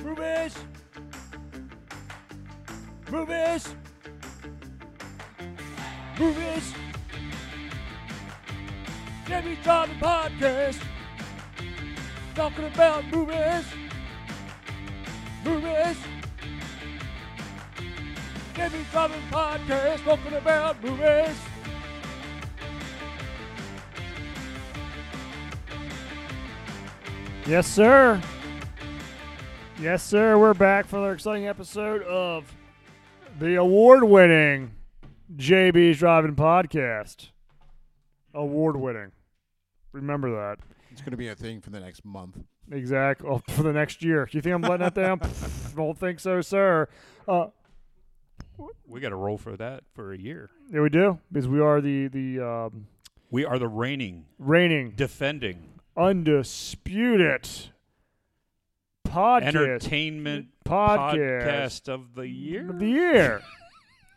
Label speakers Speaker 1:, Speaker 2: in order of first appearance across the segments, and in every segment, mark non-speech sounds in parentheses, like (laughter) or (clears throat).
Speaker 1: Rubish! Rubish! Rubish! Jimmy Johnny Podcast! Talking about movies! Movies! Jimmy Johnny Podcast! Talking about movies! Yes, sir. Yes, sir. We're back for another exciting episode of the award winning JB's Driving Podcast. Award winning. Remember
Speaker 2: It's going to be a thing for the next month.
Speaker 1: that. Exactly. Oh, for the next year. Do you think I'm letting that down? Pff, Don't think so, sir. Uh,
Speaker 3: We got to roll for that for a year.
Speaker 1: yeah, we do, because we are the, the um,
Speaker 3: We are the reigning,
Speaker 1: reigning,
Speaker 3: defending,
Speaker 1: undisputed podcast.
Speaker 3: entertainment
Speaker 1: Podcast.
Speaker 3: podcast of the
Speaker 1: of
Speaker 3: year.
Speaker 1: The year.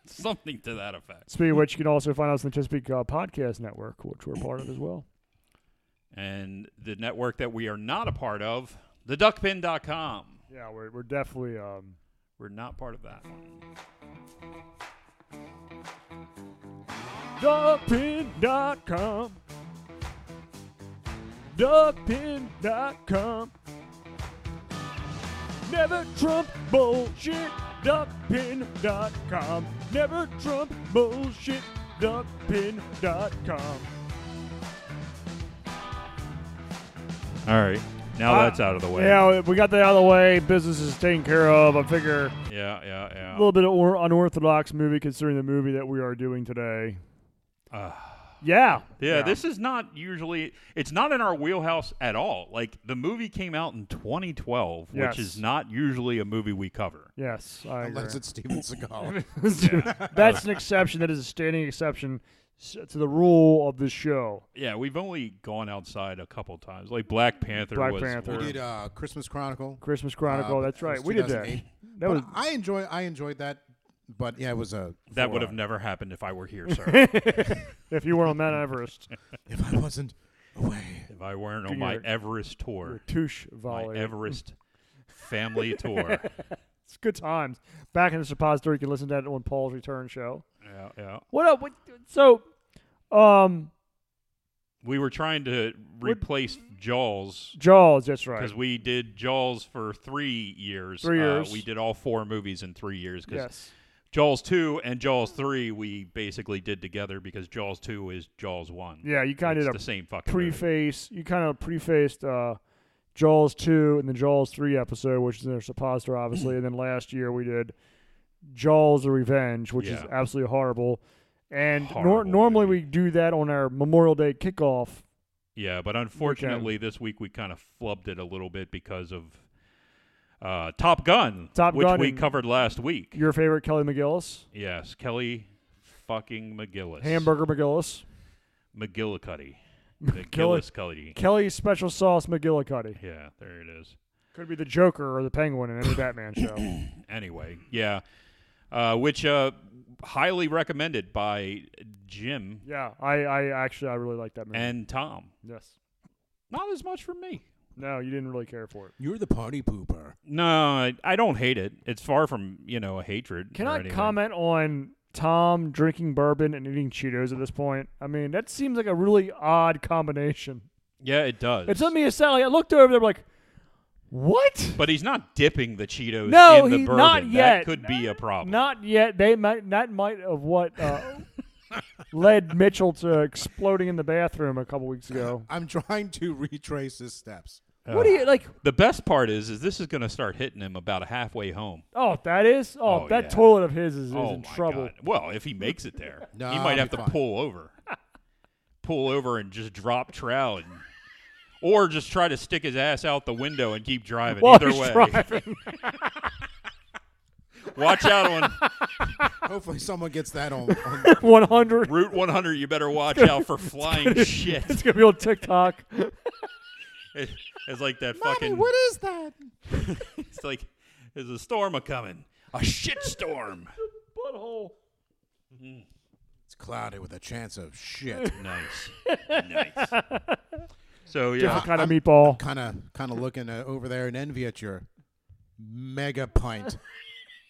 Speaker 3: Something to that effect.
Speaker 1: Speaking of which, you can also find us on the Chesapeake uh, Podcast Network, which we're part of as well.
Speaker 3: And the network that we are not a part of, theduckpin.com.
Speaker 1: Yeah, we're, we're definitely. Um,
Speaker 3: We're not part of that one.
Speaker 1: DuckPin.com. DuckPin.com. Never Trump bullshit. DuckPin.com. Never Trump bullshit. DuckPin.com.
Speaker 3: All right. Now
Speaker 1: Uh,
Speaker 3: that's out of the way. Yeah,
Speaker 1: Yeah, we got that out of the way. Business is taken care of. I figure.
Speaker 3: yeah,
Speaker 1: A
Speaker 3: yeah.
Speaker 1: little bit of or- unorthodox movie considering the movie that we are doing today.
Speaker 3: Ah.
Speaker 1: Yeah.
Speaker 3: yeah, this is not usually, it's not in our wheelhouse at all. Like, the movie came out in 2012,
Speaker 1: Yes.
Speaker 3: which is not usually a movie we cover.
Speaker 1: Yes, I
Speaker 2: Unless it's
Speaker 1: (laughs)
Speaker 2: Steven Seagal.
Speaker 1: agree. That's an exception. That is a standing exception s- to the rule of this show.
Speaker 3: Yeah, we've only gone outside a couple times. Like Black Panther
Speaker 1: Black
Speaker 3: was
Speaker 1: Panther.
Speaker 2: we
Speaker 3: or-
Speaker 2: did uh, Christmas Chronicle.
Speaker 1: Christmas Chronicle.
Speaker 2: Uh,
Speaker 1: that's
Speaker 2: it
Speaker 1: right.
Speaker 2: was
Speaker 1: We did that.
Speaker 2: 2008.
Speaker 1: That
Speaker 2: But
Speaker 1: was
Speaker 2: I enjoy. I enjoyed that. But yeah, it was a
Speaker 3: that
Speaker 2: for,
Speaker 3: would have
Speaker 2: uh,
Speaker 3: never happened if I were here,
Speaker 1: (laughs)
Speaker 3: sir.
Speaker 1: if you were on Mount
Speaker 3: (laughs)
Speaker 1: Everest.
Speaker 2: if I wasn't away.
Speaker 3: if I weren't
Speaker 1: Do
Speaker 3: on my
Speaker 1: your-
Speaker 3: Everest
Speaker 1: Your
Speaker 3: tour,
Speaker 1: touche
Speaker 3: my
Speaker 1: volley. (laughs)
Speaker 3: Everest family tour.
Speaker 1: it's good times. Back in the suppository, you can listen to that on Paul's Return show.
Speaker 3: Yeah, yeah.
Speaker 1: What up? What, so, um,
Speaker 3: We were trying to replace Jaws
Speaker 1: Jaws. That's right.
Speaker 3: because we did Jaws for three years.
Speaker 1: Three
Speaker 3: Uh,
Speaker 1: years.
Speaker 3: we did all four movies in three years because
Speaker 1: Yes.
Speaker 3: Jaws two and Jaws three we basically did together because Jaws two is Jaws one.
Speaker 1: Yeah, you kind of
Speaker 3: it's
Speaker 1: did a
Speaker 3: the same fucking movie.
Speaker 1: preface. You kind of prefaced uh, Jaws two and the Jaws three episode, which is in their suppositor,
Speaker 3: (clears throat)
Speaker 1: obviously. and then last year we did Jaws: The Revenge, which is
Speaker 3: Yeah.
Speaker 1: absolutely horrible. And nor-
Speaker 3: Horrible
Speaker 1: normally
Speaker 3: movie.
Speaker 1: we do that on our Memorial Day kickoff.
Speaker 3: Yeah,
Speaker 1: um,
Speaker 3: but unfortunately, this week we kind of flubbed it a little bit because of uh, Top Gun,
Speaker 1: Top
Speaker 3: which
Speaker 1: Gun
Speaker 3: we
Speaker 1: and-
Speaker 3: covered last week.
Speaker 1: Your favorite Kelly McGillis,
Speaker 3: yes, Kelly fucking McGillis.
Speaker 1: Hamburger McGillis, (laughs) Kelly-
Speaker 3: McGillicuddy. McGillis Cuddy.
Speaker 1: Kelly Special Sauce McGillicuddy.
Speaker 3: Yeah, there it is.
Speaker 1: Could be the Joker or the Penguin in any Batman show.
Speaker 3: (coughs) Anyway, yeah, uh, which uh, highly recommended by Jim
Speaker 1: Yeah, I, I actually I really like that movie.
Speaker 3: and Tom.
Speaker 1: yes.
Speaker 3: Not as much for me.
Speaker 1: No, you didn't really care for it.
Speaker 2: You're the party pooper.
Speaker 3: No, I, I don't hate it. It's far from you know a hatred.
Speaker 1: Can
Speaker 3: or
Speaker 1: I
Speaker 3: anything.
Speaker 1: comment on Tom drinking bourbon and eating Cheetos at this point? I mean, that seems like a really odd combination.
Speaker 3: Yeah, it does.
Speaker 1: It took me a second. Like, I looked over there, like, what?
Speaker 3: But he's not dipping the Cheetos
Speaker 1: No,
Speaker 3: in the
Speaker 1: he-
Speaker 3: bourbon.
Speaker 1: not yet.
Speaker 3: That could be a problem.
Speaker 1: Not yet. They might. That might of what (laughs) uh, led Mitchell to exploding in the bathroom a couple weeks (laughs) ago.
Speaker 2: (laughs) I'm trying to retrace his steps.
Speaker 1: What do you like?
Speaker 3: the best part is, is this is going to start hitting him about halfway home.
Speaker 1: Oh, that is. Oh,
Speaker 3: Oh,
Speaker 1: that
Speaker 3: yeah.
Speaker 1: toilet of his is, is
Speaker 3: oh
Speaker 1: in
Speaker 3: my
Speaker 1: trouble.
Speaker 3: God. Well, if he makes it there,
Speaker 2: (laughs) No,
Speaker 3: he
Speaker 2: I'll
Speaker 3: might have
Speaker 2: be
Speaker 3: to
Speaker 2: fine.
Speaker 3: pull over, (laughs) pull over and just drop trow, and, or just try to stick his ass out the window and keep driving.
Speaker 1: While
Speaker 3: Either
Speaker 1: he's
Speaker 3: way,
Speaker 1: driving.
Speaker 3: (laughs)
Speaker 1: (laughs)
Speaker 3: watch out on
Speaker 2: Hopefully, someone gets that (laughs) on. on
Speaker 1: (laughs) 100.
Speaker 3: Route 100. You better watch out for flying shit.
Speaker 1: It's gonna be on (laughs) TikTok.
Speaker 3: It- (laughs) It's like that fucking.
Speaker 2: is that?
Speaker 3: It's like there's a storm a coming, a shit storm.
Speaker 1: Butthole.
Speaker 2: It's clouded with a chance of shit. (laughs)
Speaker 3: Nice. nice. So yeah,
Speaker 1: Different kind of (laughs)
Speaker 2: I'm-
Speaker 1: meatball.
Speaker 2: Kind of, kind of looking uh, over there in envy at your mega pint.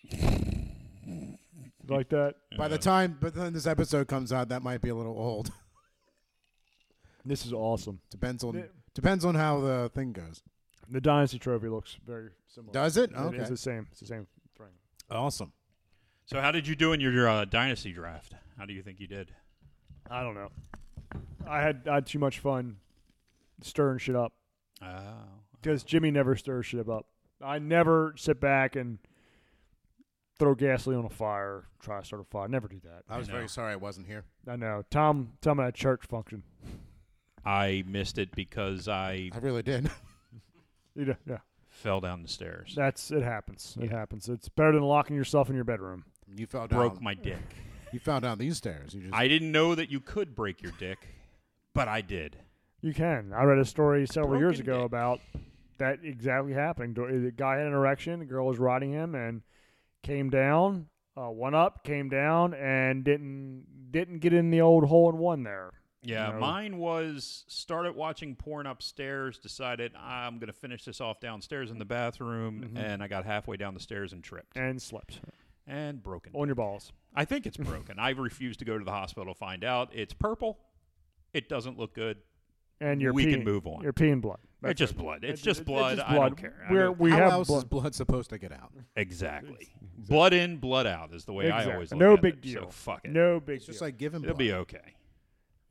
Speaker 3: (laughs)
Speaker 1: like that.
Speaker 2: By the time, but then this episode comes out, that might be a little old. (laughs)
Speaker 1: This is awesome.
Speaker 2: depends on
Speaker 1: Yeah.
Speaker 2: depends on how the thing goes.
Speaker 1: The Dynasty Trophy looks very similar.
Speaker 2: Does it?
Speaker 1: It is
Speaker 2: Okay,
Speaker 1: the same. It's the same thing.
Speaker 2: awesome.
Speaker 3: So, how did you do in your uh, dynasty draft? How do you think you did?
Speaker 1: I don't know. I had I had too much fun stirring shit up
Speaker 3: Oh,
Speaker 1: because Jimmy never stirs shit up. I never sit back and throw gasoline on a fire, try to start a fire. Never do that.
Speaker 2: I was
Speaker 3: know.
Speaker 2: very sorry I wasn't here.
Speaker 1: I know. Tom, Tom had a church function.
Speaker 3: I missed it because I
Speaker 2: I really did. (laughs)
Speaker 1: You know, yeah,
Speaker 3: fell down the stairs,
Speaker 1: that's it happens. It happens. It's better than locking yourself in your bedroom.
Speaker 2: you fell down.
Speaker 1: um,
Speaker 3: broke my dick.
Speaker 2: You fell down these stairs. You just
Speaker 3: I didn't know that you could break your dick, but I did.
Speaker 1: You can. I read a story several years
Speaker 3: Broken
Speaker 1: ago
Speaker 3: dick.
Speaker 1: about that exactly happening. Do- The guy had an erection, the girl was riding him, and came down, uh, one up, came down, and didn't didn't get in the old hole in one there.
Speaker 3: Yeah,
Speaker 1: No.
Speaker 3: mine was started watching porn upstairs, decided I'm going to finish this off downstairs in the bathroom, and I got halfway down the stairs and tripped
Speaker 1: Mm-hmm. and slept
Speaker 3: and broken.
Speaker 1: on your balls.
Speaker 3: I
Speaker 1: (laughs)
Speaker 3: think it's broken. I refuse to go to the hospital to find out. It's purple. It doesn't look good.
Speaker 1: And you're
Speaker 3: We
Speaker 1: peeing,
Speaker 3: can move on.
Speaker 1: You're peeing blood. That's
Speaker 3: it's just
Speaker 1: it.
Speaker 3: blood. It's
Speaker 1: It-
Speaker 3: just
Speaker 1: it-
Speaker 3: blood.
Speaker 1: It's just
Speaker 3: I
Speaker 1: blood.
Speaker 3: don't care. I
Speaker 1: We're,
Speaker 3: don't-
Speaker 1: we
Speaker 2: how
Speaker 1: have
Speaker 2: else
Speaker 1: blood.
Speaker 2: is blood supposed to get out?
Speaker 3: exactly. Blood in, blood out is the way I always
Speaker 1: Exactly.
Speaker 3: look
Speaker 1: No
Speaker 3: at
Speaker 1: big
Speaker 3: it,
Speaker 1: deal.
Speaker 3: So fuck it.
Speaker 1: No big
Speaker 2: It's just
Speaker 1: deal.
Speaker 2: like giving.
Speaker 3: It'll
Speaker 2: blood.
Speaker 3: be okay.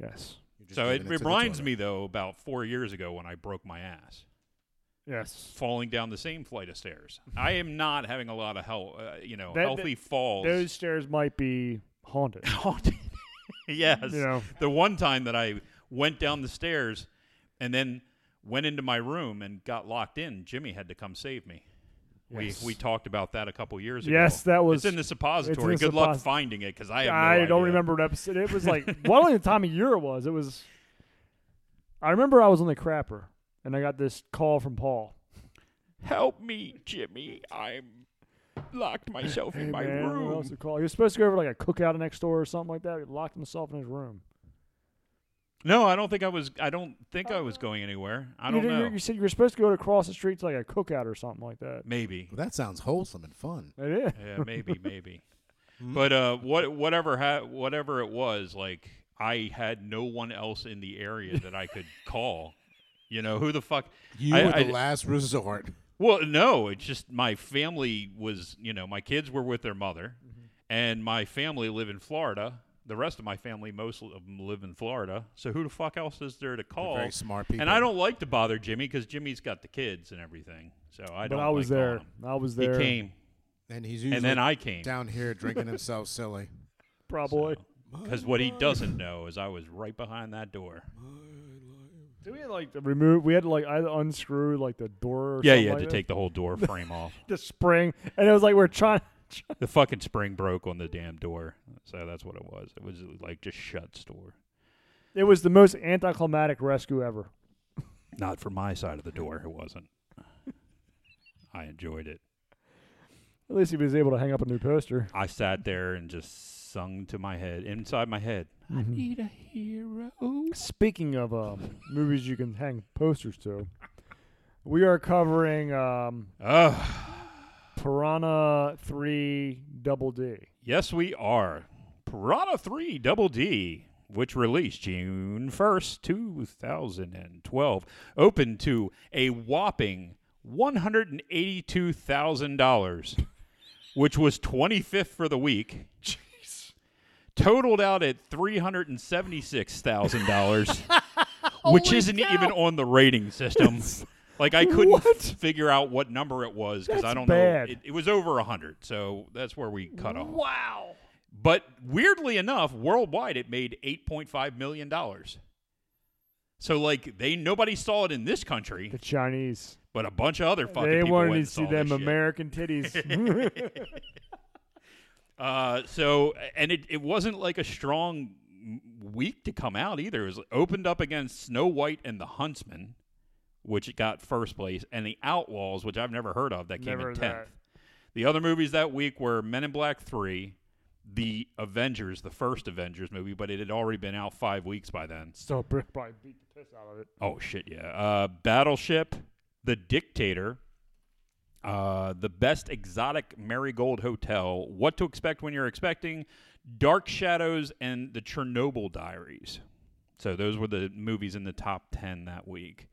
Speaker 1: yes,
Speaker 2: You're just
Speaker 3: So it,
Speaker 2: giving to
Speaker 3: it
Speaker 2: the
Speaker 3: reminds
Speaker 2: toilet.
Speaker 3: me though about four years ago when I broke my ass
Speaker 1: yes.
Speaker 3: falling down the same flight of stairs. I am not having a lot of health, uh, you know,
Speaker 1: That-
Speaker 3: healthy falls.
Speaker 1: Those stairs might be haunted.
Speaker 3: haunted. yes.
Speaker 1: You know.
Speaker 3: The one time that I went down the stairs and then went into my room and got locked in, Jimmy had to come save me.
Speaker 1: Yes.
Speaker 3: We, we talked about that a couple (laughs) years ago.
Speaker 1: Yes, that was-
Speaker 3: It's in the suppository.
Speaker 1: it's in the
Speaker 3: Good luck
Speaker 1: supposi-
Speaker 3: finding it because I have no
Speaker 1: I don't
Speaker 3: idea.
Speaker 1: remember what episode it was. Like, well, I don't know the time of year it was. It was. I remember I was on the crapper and I got this call from Paul.
Speaker 3: Help me, Jimmy. I'm locked myself in my
Speaker 1: Man, what else
Speaker 3: room.
Speaker 1: to call? He was supposed to go over to, like a cookout next door or something like that. He locked himself in his room.
Speaker 3: No, I don't think I was. I don't think I was going anywhere. I
Speaker 1: you,
Speaker 3: don't
Speaker 1: did- you-
Speaker 3: know.
Speaker 1: You said you were supposed to go to across the street to like a cookout or something like that.
Speaker 3: Maybe.
Speaker 2: Well, that sounds wholesome and fun.
Speaker 1: It is.
Speaker 3: yeah, maybe, maybe.
Speaker 1: Hmm?
Speaker 3: But uh, what whatever ha- whatever it was, like I had no one else in the area that
Speaker 1: (laughs)
Speaker 3: I could call. You know who the fuck?
Speaker 2: You
Speaker 3: I-
Speaker 2: were the
Speaker 3: I-
Speaker 2: last resort.
Speaker 3: Well, no, it's just my family was. You know, my kids were with their mother,
Speaker 1: Mm-hmm.
Speaker 3: and my family live in Florida. The rest of my family, most of them live in Florida. So who the fuck else is there to call?
Speaker 2: very smart people.
Speaker 3: Oh. And I don't like to bother Jimmy because Jimmy's got the kids and everything. So I
Speaker 1: but
Speaker 3: don't.
Speaker 1: I was
Speaker 3: like calling
Speaker 1: there.
Speaker 3: him.
Speaker 1: I was
Speaker 3: He
Speaker 1: there.
Speaker 3: came,
Speaker 2: And he's usually
Speaker 3: and then I came.
Speaker 2: down here drinking himself silly.
Speaker 1: Probably.
Speaker 3: Because what he doesn't know is I was right behind that door.
Speaker 1: Did we like to remove? We had to like either unscrew like the door. Or
Speaker 3: Yeah,
Speaker 1: something
Speaker 3: you had
Speaker 1: like
Speaker 3: to
Speaker 1: that?
Speaker 3: take the whole door frame off.
Speaker 1: the spring, and it was like we're trying.
Speaker 3: (laughs)
Speaker 1: (laughs)
Speaker 3: The fucking spring broke on the damn door. So that's what it was. It was like just shuts door.
Speaker 1: It was the most anticlimactic rescue ever.
Speaker 3: Not from my side of the door, it wasn't. I enjoyed it.
Speaker 1: At least he was able to hang up a new poster.
Speaker 3: I sat there and just sung to my head, inside my head. I need a hero.
Speaker 1: Speaking of um, movies you can hang posters to, we are covering um,
Speaker 3: Oh,
Speaker 1: Piranha 3 Double D.
Speaker 3: yes, we are. Piranha 3 Double D, which released June 1st, 2012, opened to a whopping $182,000, which was 25th for the week. Jeez. Totaled out at
Speaker 1: (laughs)
Speaker 3: $376,000, which isn't even on the rating system. Like I couldn't
Speaker 1: What?
Speaker 3: figure out what number it was because I
Speaker 1: That's
Speaker 3: don't
Speaker 1: bad.
Speaker 3: know. It, it was over 100, so that's where we cut off.
Speaker 1: Wow.
Speaker 3: But weirdly enough, worldwide it made eight point five million dollars. So like they nobody saw it in this country,
Speaker 1: The Chinese.
Speaker 3: but a bunch of other fucking
Speaker 1: they
Speaker 3: people went
Speaker 1: wanted
Speaker 3: and
Speaker 1: to see
Speaker 3: saw
Speaker 1: them
Speaker 3: this shit.
Speaker 1: American
Speaker 3: (laughs)
Speaker 1: titties. (laughs)
Speaker 3: Uh, so and it, it wasn't like a strong week to come out either. It was opened up against Snow White and the Huntsman, which got first place, and the Outlaws, which I've never heard of, that came
Speaker 1: Never
Speaker 3: in
Speaker 1: that.
Speaker 3: tenth. The other movies that week were Men in Black Three, The Avengers, the first Avengers movie, but it had already been out five weeks by then.
Speaker 1: so Brick probably beat the piss out of it.
Speaker 3: Oh shit, yeah. Uh, Battleship, The Dictator, Uh, the best exotic marigold hotel. What to expect when you're expecting Dark Shadows and the Chernobyl Diaries. So those were the movies in the top ten that week.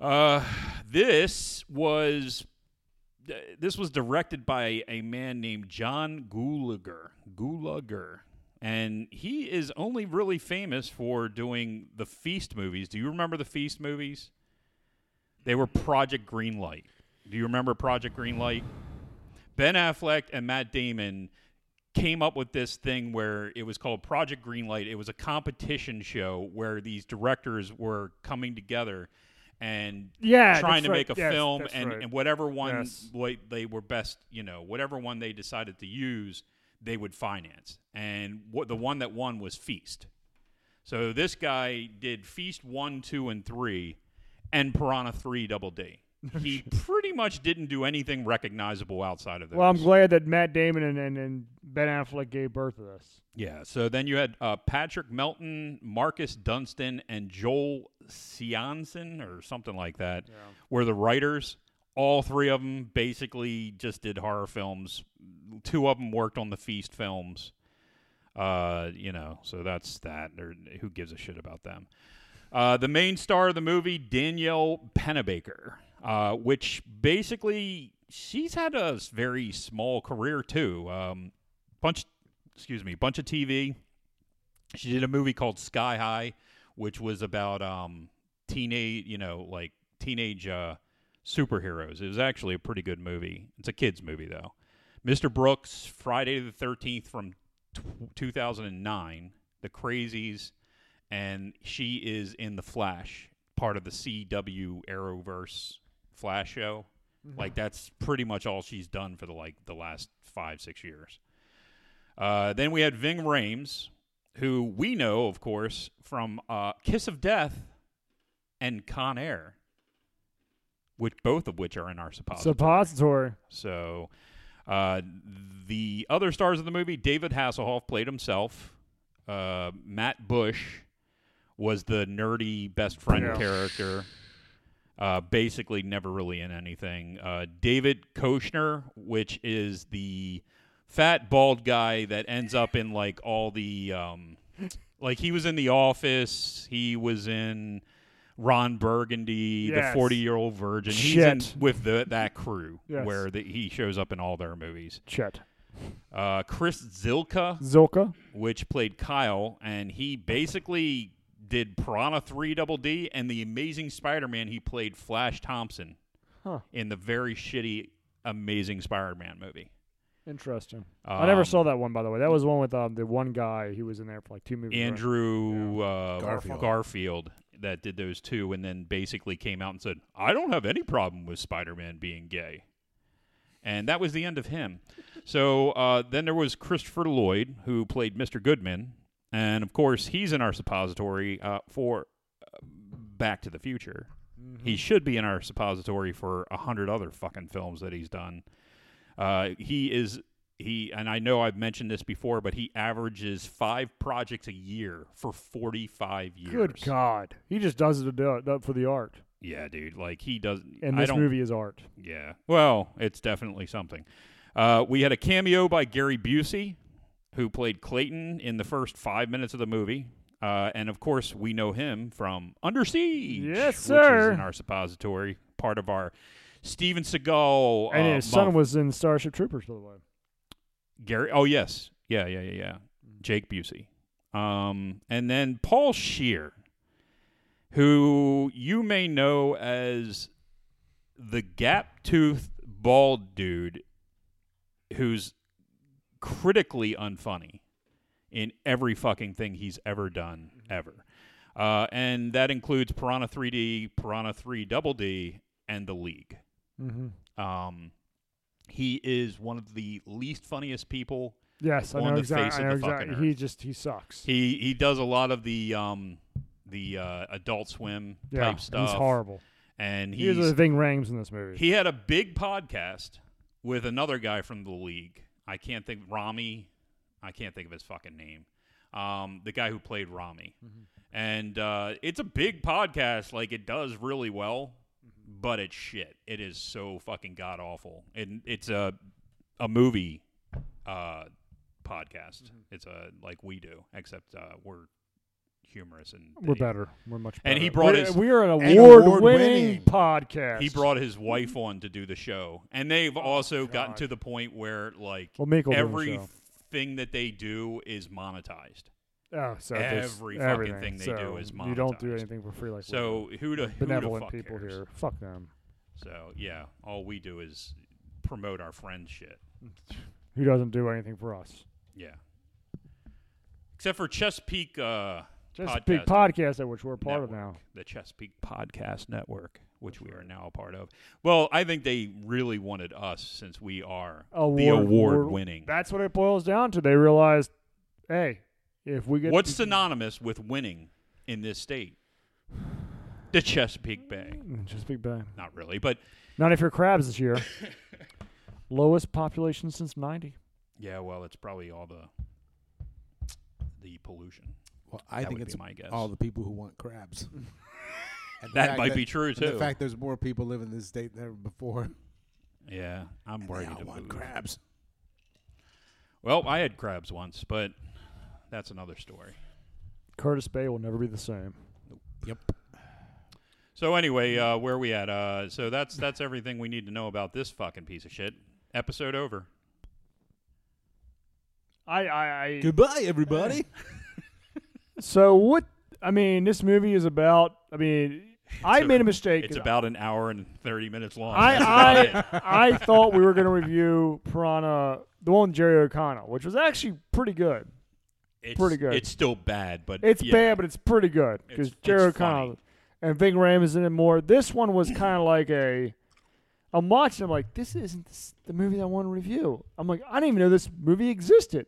Speaker 3: Uh, this was th- this was directed by a man named John Gulager. Gulager. And he is only really famous for doing the Feast movies. Do you remember the Feast movies? They were Project Greenlight. Do you remember Project Greenlight? Ben Affleck and Matt Damon came up with this thing where it was called Project Greenlight. It was a competition show where these directors were coming together and
Speaker 1: Yeah,
Speaker 3: trying
Speaker 1: that's
Speaker 3: to
Speaker 1: right.
Speaker 3: make a
Speaker 1: Yes,
Speaker 3: film
Speaker 1: that's
Speaker 3: and,
Speaker 1: right.
Speaker 3: and whatever one
Speaker 1: Yes.
Speaker 3: wa- they were best, you know, whatever one they decided to use, they would finance. And what the one that won was Feast. So this guy did Feast 1, 2 and 3 and Piranha 3
Speaker 1: (laughs)
Speaker 3: Double D. He pretty much didn't do anything recognizable outside of those.
Speaker 1: Well, I'm glad that Matt Damon and, and, and Ben Affleck gave birth to this.
Speaker 3: Yeah. So then you had uh, Patrick Melton, Marcus Dunstan, and Joel Sianson, or something like that, were the writers. All three of them basically just did horror films. Two of them worked on the Feast films. Uh, you know, so that's that. Or who gives a shit about them? Uh, the main star of the movie, Danielle Pennebaker, uh, which basically she's had a s- very small career too. Um, bunch, excuse me, bunch of TV. She did a movie called Sky High, which was about um, teenage, you know, like teenage uh, superheroes. It was actually a pretty good movie. It's a kids movie though. Mr. Brooks, Friday the Thirteenth from t- 2009, The Crazies, and she is in the Flash, part of the CW Arrowverse Flash show. Like that's pretty much all she's done for the like the last five six years. Uh, then we had Ving Rhames, who we know, of course, from uh, Kiss of Death and Con Air, which both of which are in our suppository.
Speaker 1: Suppository.
Speaker 3: So, uh, the other stars of the movie, David Hasselhoff played himself. Uh, Matt Bush was the nerdy best friend
Speaker 1: Yeah.
Speaker 3: character. Uh, basically, never really in anything. Uh, David Koshner, which is the fat bald guy that ends up in like all the um, like he was in The Office. He was in Ron Burgundy,
Speaker 1: Yes.
Speaker 3: the forty-year-old virgin. He's
Speaker 1: Shit.
Speaker 3: in with the, that crew
Speaker 1: Yes.
Speaker 3: where the, he shows up in all their movies.
Speaker 1: Chet.
Speaker 3: Uh, Chris Zilka,
Speaker 1: Zilka.
Speaker 3: which played Kyle, and he basically did Piranha 3 Double D and The Amazing Spider Man. He played Flash Thompson
Speaker 1: Huh.
Speaker 3: in the very shitty Amazing Spider Man movie.
Speaker 1: Interesting. I never
Speaker 3: Um,
Speaker 1: saw that one, by the way. That was one with um, the one guy. He was in there for like two movies. right?
Speaker 3: Andrew uh,
Speaker 2: Garfield.
Speaker 3: Garfield that did those two, and then basically came out and said, "I don't have any problem with Spider-Man being gay," and that was the end of him. so uh, then there was Christopher Lloyd, who played Mr. Goodman, and of course he's in our suppository uh, for uh, Back to the Future.
Speaker 1: Mm-hmm.
Speaker 3: He should be in our suppository for a hundred other fucking films that he's done. Uh, he is he, and I know I've mentioned this before, but he averages five projects a year for forty-five years.
Speaker 1: Good God. He just does it to do it for the art.
Speaker 3: Yeah, dude. Like he does.
Speaker 1: And
Speaker 3: I
Speaker 1: this
Speaker 3: don't,
Speaker 1: movie is art.
Speaker 3: Yeah. Well, it's definitely something. Uh, we had a cameo by Gary Busey, who played Clayton in the first five minutes of the movie. Uh, and of course, we know him from Under Siege,
Speaker 1: Yes,
Speaker 3: which
Speaker 1: sir.
Speaker 3: is in our suppository, part of our Steven Seagal.
Speaker 1: and
Speaker 3: uh,
Speaker 1: his son
Speaker 3: month.
Speaker 1: was in Starship Troopers, by the way.
Speaker 3: Gary. Oh yes, yeah, yeah, yeah, yeah. Jake Busey, um, and then Paul Shear, who you may know as the gap toothed bald dude, who's critically unfunny in every fucking thing he's ever done ever. Uh, and that includes Piranha 3D, Piranha 3 Double D, and The League.
Speaker 1: Mm-hmm.
Speaker 3: Um, he is one of the least funniest people.
Speaker 1: Yes, I
Speaker 3: On
Speaker 1: know
Speaker 3: the
Speaker 1: exactly.
Speaker 3: face
Speaker 1: I
Speaker 3: of
Speaker 1: know
Speaker 3: the fucking
Speaker 1: exactly. He just he sucks.
Speaker 3: He he does a lot of the um the uh, Adult Swim
Speaker 1: yeah,
Speaker 3: type stuff.
Speaker 1: he's horrible.
Speaker 3: And
Speaker 1: He's,
Speaker 3: he's,
Speaker 1: the thing Rams in this movie.
Speaker 3: he had a big podcast with another guy from the league. I can't think Rami. I can't think of his fucking name. Um, the guy who played Rami, and uh, it's a big podcast. Like it does really well, but it's shit. It is so fucking god awful, and it's a a movie uh, podcast. It's a like we do, except uh, we're humorous and
Speaker 1: We're
Speaker 3: he-
Speaker 1: better. We're much better.
Speaker 3: And he brought
Speaker 1: We're-
Speaker 3: his-
Speaker 1: We are an
Speaker 2: An
Speaker 1: award winning
Speaker 2: award-winning.
Speaker 1: podcast.
Speaker 3: He brought his wife on to do the show, and they've also gotten
Speaker 1: Oh, God.
Speaker 3: to the point where like
Speaker 1: Well, Meek will do the show.
Speaker 3: everything that they do is monetized.
Speaker 1: oh, so there's
Speaker 3: every fucking
Speaker 1: everything.
Speaker 3: thing they
Speaker 1: so
Speaker 3: do is
Speaker 1: You don't do
Speaker 3: monetized.
Speaker 1: anything for free like we do.
Speaker 3: So who to who the
Speaker 1: benevolent
Speaker 3: fuck
Speaker 1: people
Speaker 3: cares?
Speaker 1: here. Fuck them.
Speaker 3: So yeah, all we do is promote our friends' shit.
Speaker 1: Who doesn't do anything for us?
Speaker 3: Yeah. Except for Chesapeake, uh,
Speaker 1: Just
Speaker 3: podcast
Speaker 1: a big podcast at which we're a part of now.
Speaker 3: network, the Chesapeake Podcast Network, which we are now a part of. Well, I think they really wanted us since we are the
Speaker 1: Award-
Speaker 3: award-winning.
Speaker 1: That's what it boils down to. They realized, hey, if we get
Speaker 3: What's synonymous with winning in this state? The Chesapeake Bay.
Speaker 1: (laughs) just Big Bang.
Speaker 3: Not really, but
Speaker 1: Not if you're crabs this
Speaker 3: (laughs)
Speaker 1: year. Lowest population since '90.
Speaker 3: yeah, well, it's probably all the the pollution.
Speaker 2: Well, I
Speaker 3: That
Speaker 2: think
Speaker 3: would
Speaker 2: it's
Speaker 3: be my guess.
Speaker 2: all the people who want
Speaker 3: (laughs)
Speaker 2: crabs. And the
Speaker 3: That
Speaker 2: fact
Speaker 3: might be true,
Speaker 2: and
Speaker 3: too.
Speaker 2: The fact there's more people living in this state than ever before.
Speaker 3: Yeah, I'm
Speaker 2: They
Speaker 3: ready
Speaker 2: all
Speaker 3: to
Speaker 2: want
Speaker 3: move.
Speaker 2: crabs.
Speaker 3: Well, I had crabs once, but that's another story.
Speaker 1: Curtis Bay will never be the same.
Speaker 2: Yep.
Speaker 3: So anyway, uh, where are we at? Uh, so that's that's everything we need to know about this fucking piece of shit. Episode over.
Speaker 1: I, I, I
Speaker 2: (laughs) Goodbye, everybody.
Speaker 1: So what? I mean, this movie is about. I mean, I
Speaker 3: a-
Speaker 1: made a mistake.
Speaker 3: It's about an hour and thirty minutes long. That's about it.
Speaker 1: I I, I thought we were going to review Piranha, the one with Jerry O'Connell, which was actually pretty good. (laughs)
Speaker 3: It's-
Speaker 1: pretty good.
Speaker 3: It's still bad, but
Speaker 1: It's
Speaker 3: yeah,
Speaker 1: bad, but it's pretty good
Speaker 3: It's-
Speaker 1: because
Speaker 3: it's
Speaker 1: Jerry
Speaker 3: funny.
Speaker 1: O'Connell and Ving Rhames in it more. This one
Speaker 3: (clears throat)
Speaker 1: was kind of like a. I'm watching. I'm like, this isn't this, the movie that I want to review. I'm like, I didn't even know this movie existed.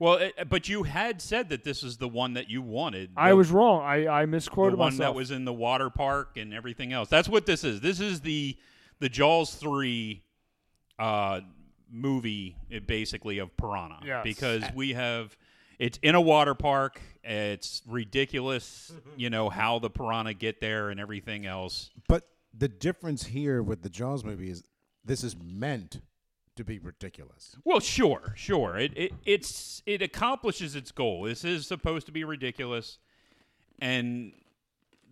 Speaker 3: Well, it, uh, but you had said that this is the one that you wanted.
Speaker 1: I
Speaker 3: the-
Speaker 1: was wrong. I I
Speaker 3: the
Speaker 1: misquoted
Speaker 3: one
Speaker 1: myself.
Speaker 3: that was in the water park and everything else. That's what this is. This is the the Jaws three uh, movie, it basically of Piranha.
Speaker 1: Yes.
Speaker 3: Because we have it's in a water park. It's
Speaker 1: (laughs)
Speaker 3: ridiculous, you know how the piranha get there and everything else.
Speaker 2: But the difference here with the Jaws movie is this is meant to be ridiculous.
Speaker 3: Well, sure, sure. It, it it's it accomplishes its goal. This is supposed to be ridiculous, and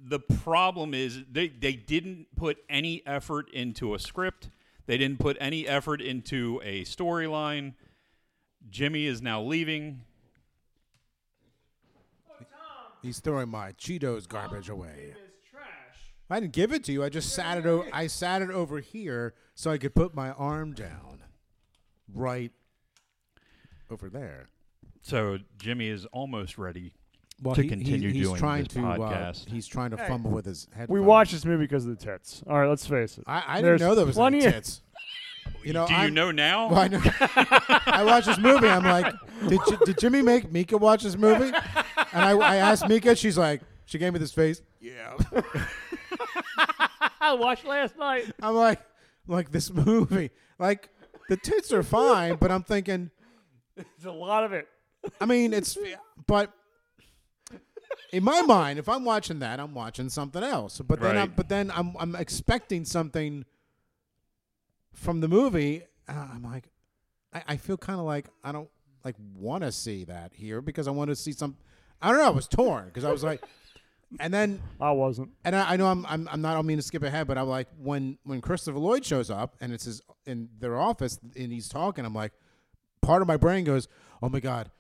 Speaker 3: the problem is they they didn't put any effort into a script. They didn't put any effort into a storyline. Jimmy is now leaving.
Speaker 2: He's throwing my Cheetos garbage away.
Speaker 1: trash.
Speaker 2: I didn't give it to you. I just sat it. O- I sat it over here so I could put my arm down, right over there.
Speaker 3: So Jimmy is almost ready.
Speaker 2: Well,
Speaker 3: To continue
Speaker 2: he's
Speaker 3: doing
Speaker 2: trying
Speaker 3: this
Speaker 2: to,
Speaker 3: podcast.
Speaker 2: Uh, he's trying to fumble with his head.
Speaker 1: We watched this movie because of the tits. All right, let's face it.
Speaker 2: I, I
Speaker 1: There's
Speaker 2: didn't know there was
Speaker 1: plenty
Speaker 2: any
Speaker 1: of-
Speaker 2: tits. You know,
Speaker 3: Do you
Speaker 2: I'm-
Speaker 3: know now?
Speaker 2: Well, I, know- I watched this movie. I'm like, did, Ji- did Jimmy make Mika watch this movie? And I, I asked Mika. She's like, she gave me this face. Yeah.
Speaker 1: I watched last night.
Speaker 2: I'm like, like this movie. Like the tits are fine, but I'm thinking.
Speaker 1: It's a lot of it.
Speaker 2: I mean, it's but in my mind, if I'm watching that, I'm watching something else. But then, I'm,
Speaker 3: Right.
Speaker 2: but then I'm I'm expecting something from the movie. and I'm like, I, I feel kind of like I don't like want to see that here because I want to see some. I don't know. I was torn because I was like, and then
Speaker 1: I wasn't.
Speaker 2: and I, I know I'm, I'm I'm not I don't mean to skip ahead, but I'm like when when Christopher Lloyd shows up and it's his in their office and he's talking, I'm like, part of my brain goes, oh my god,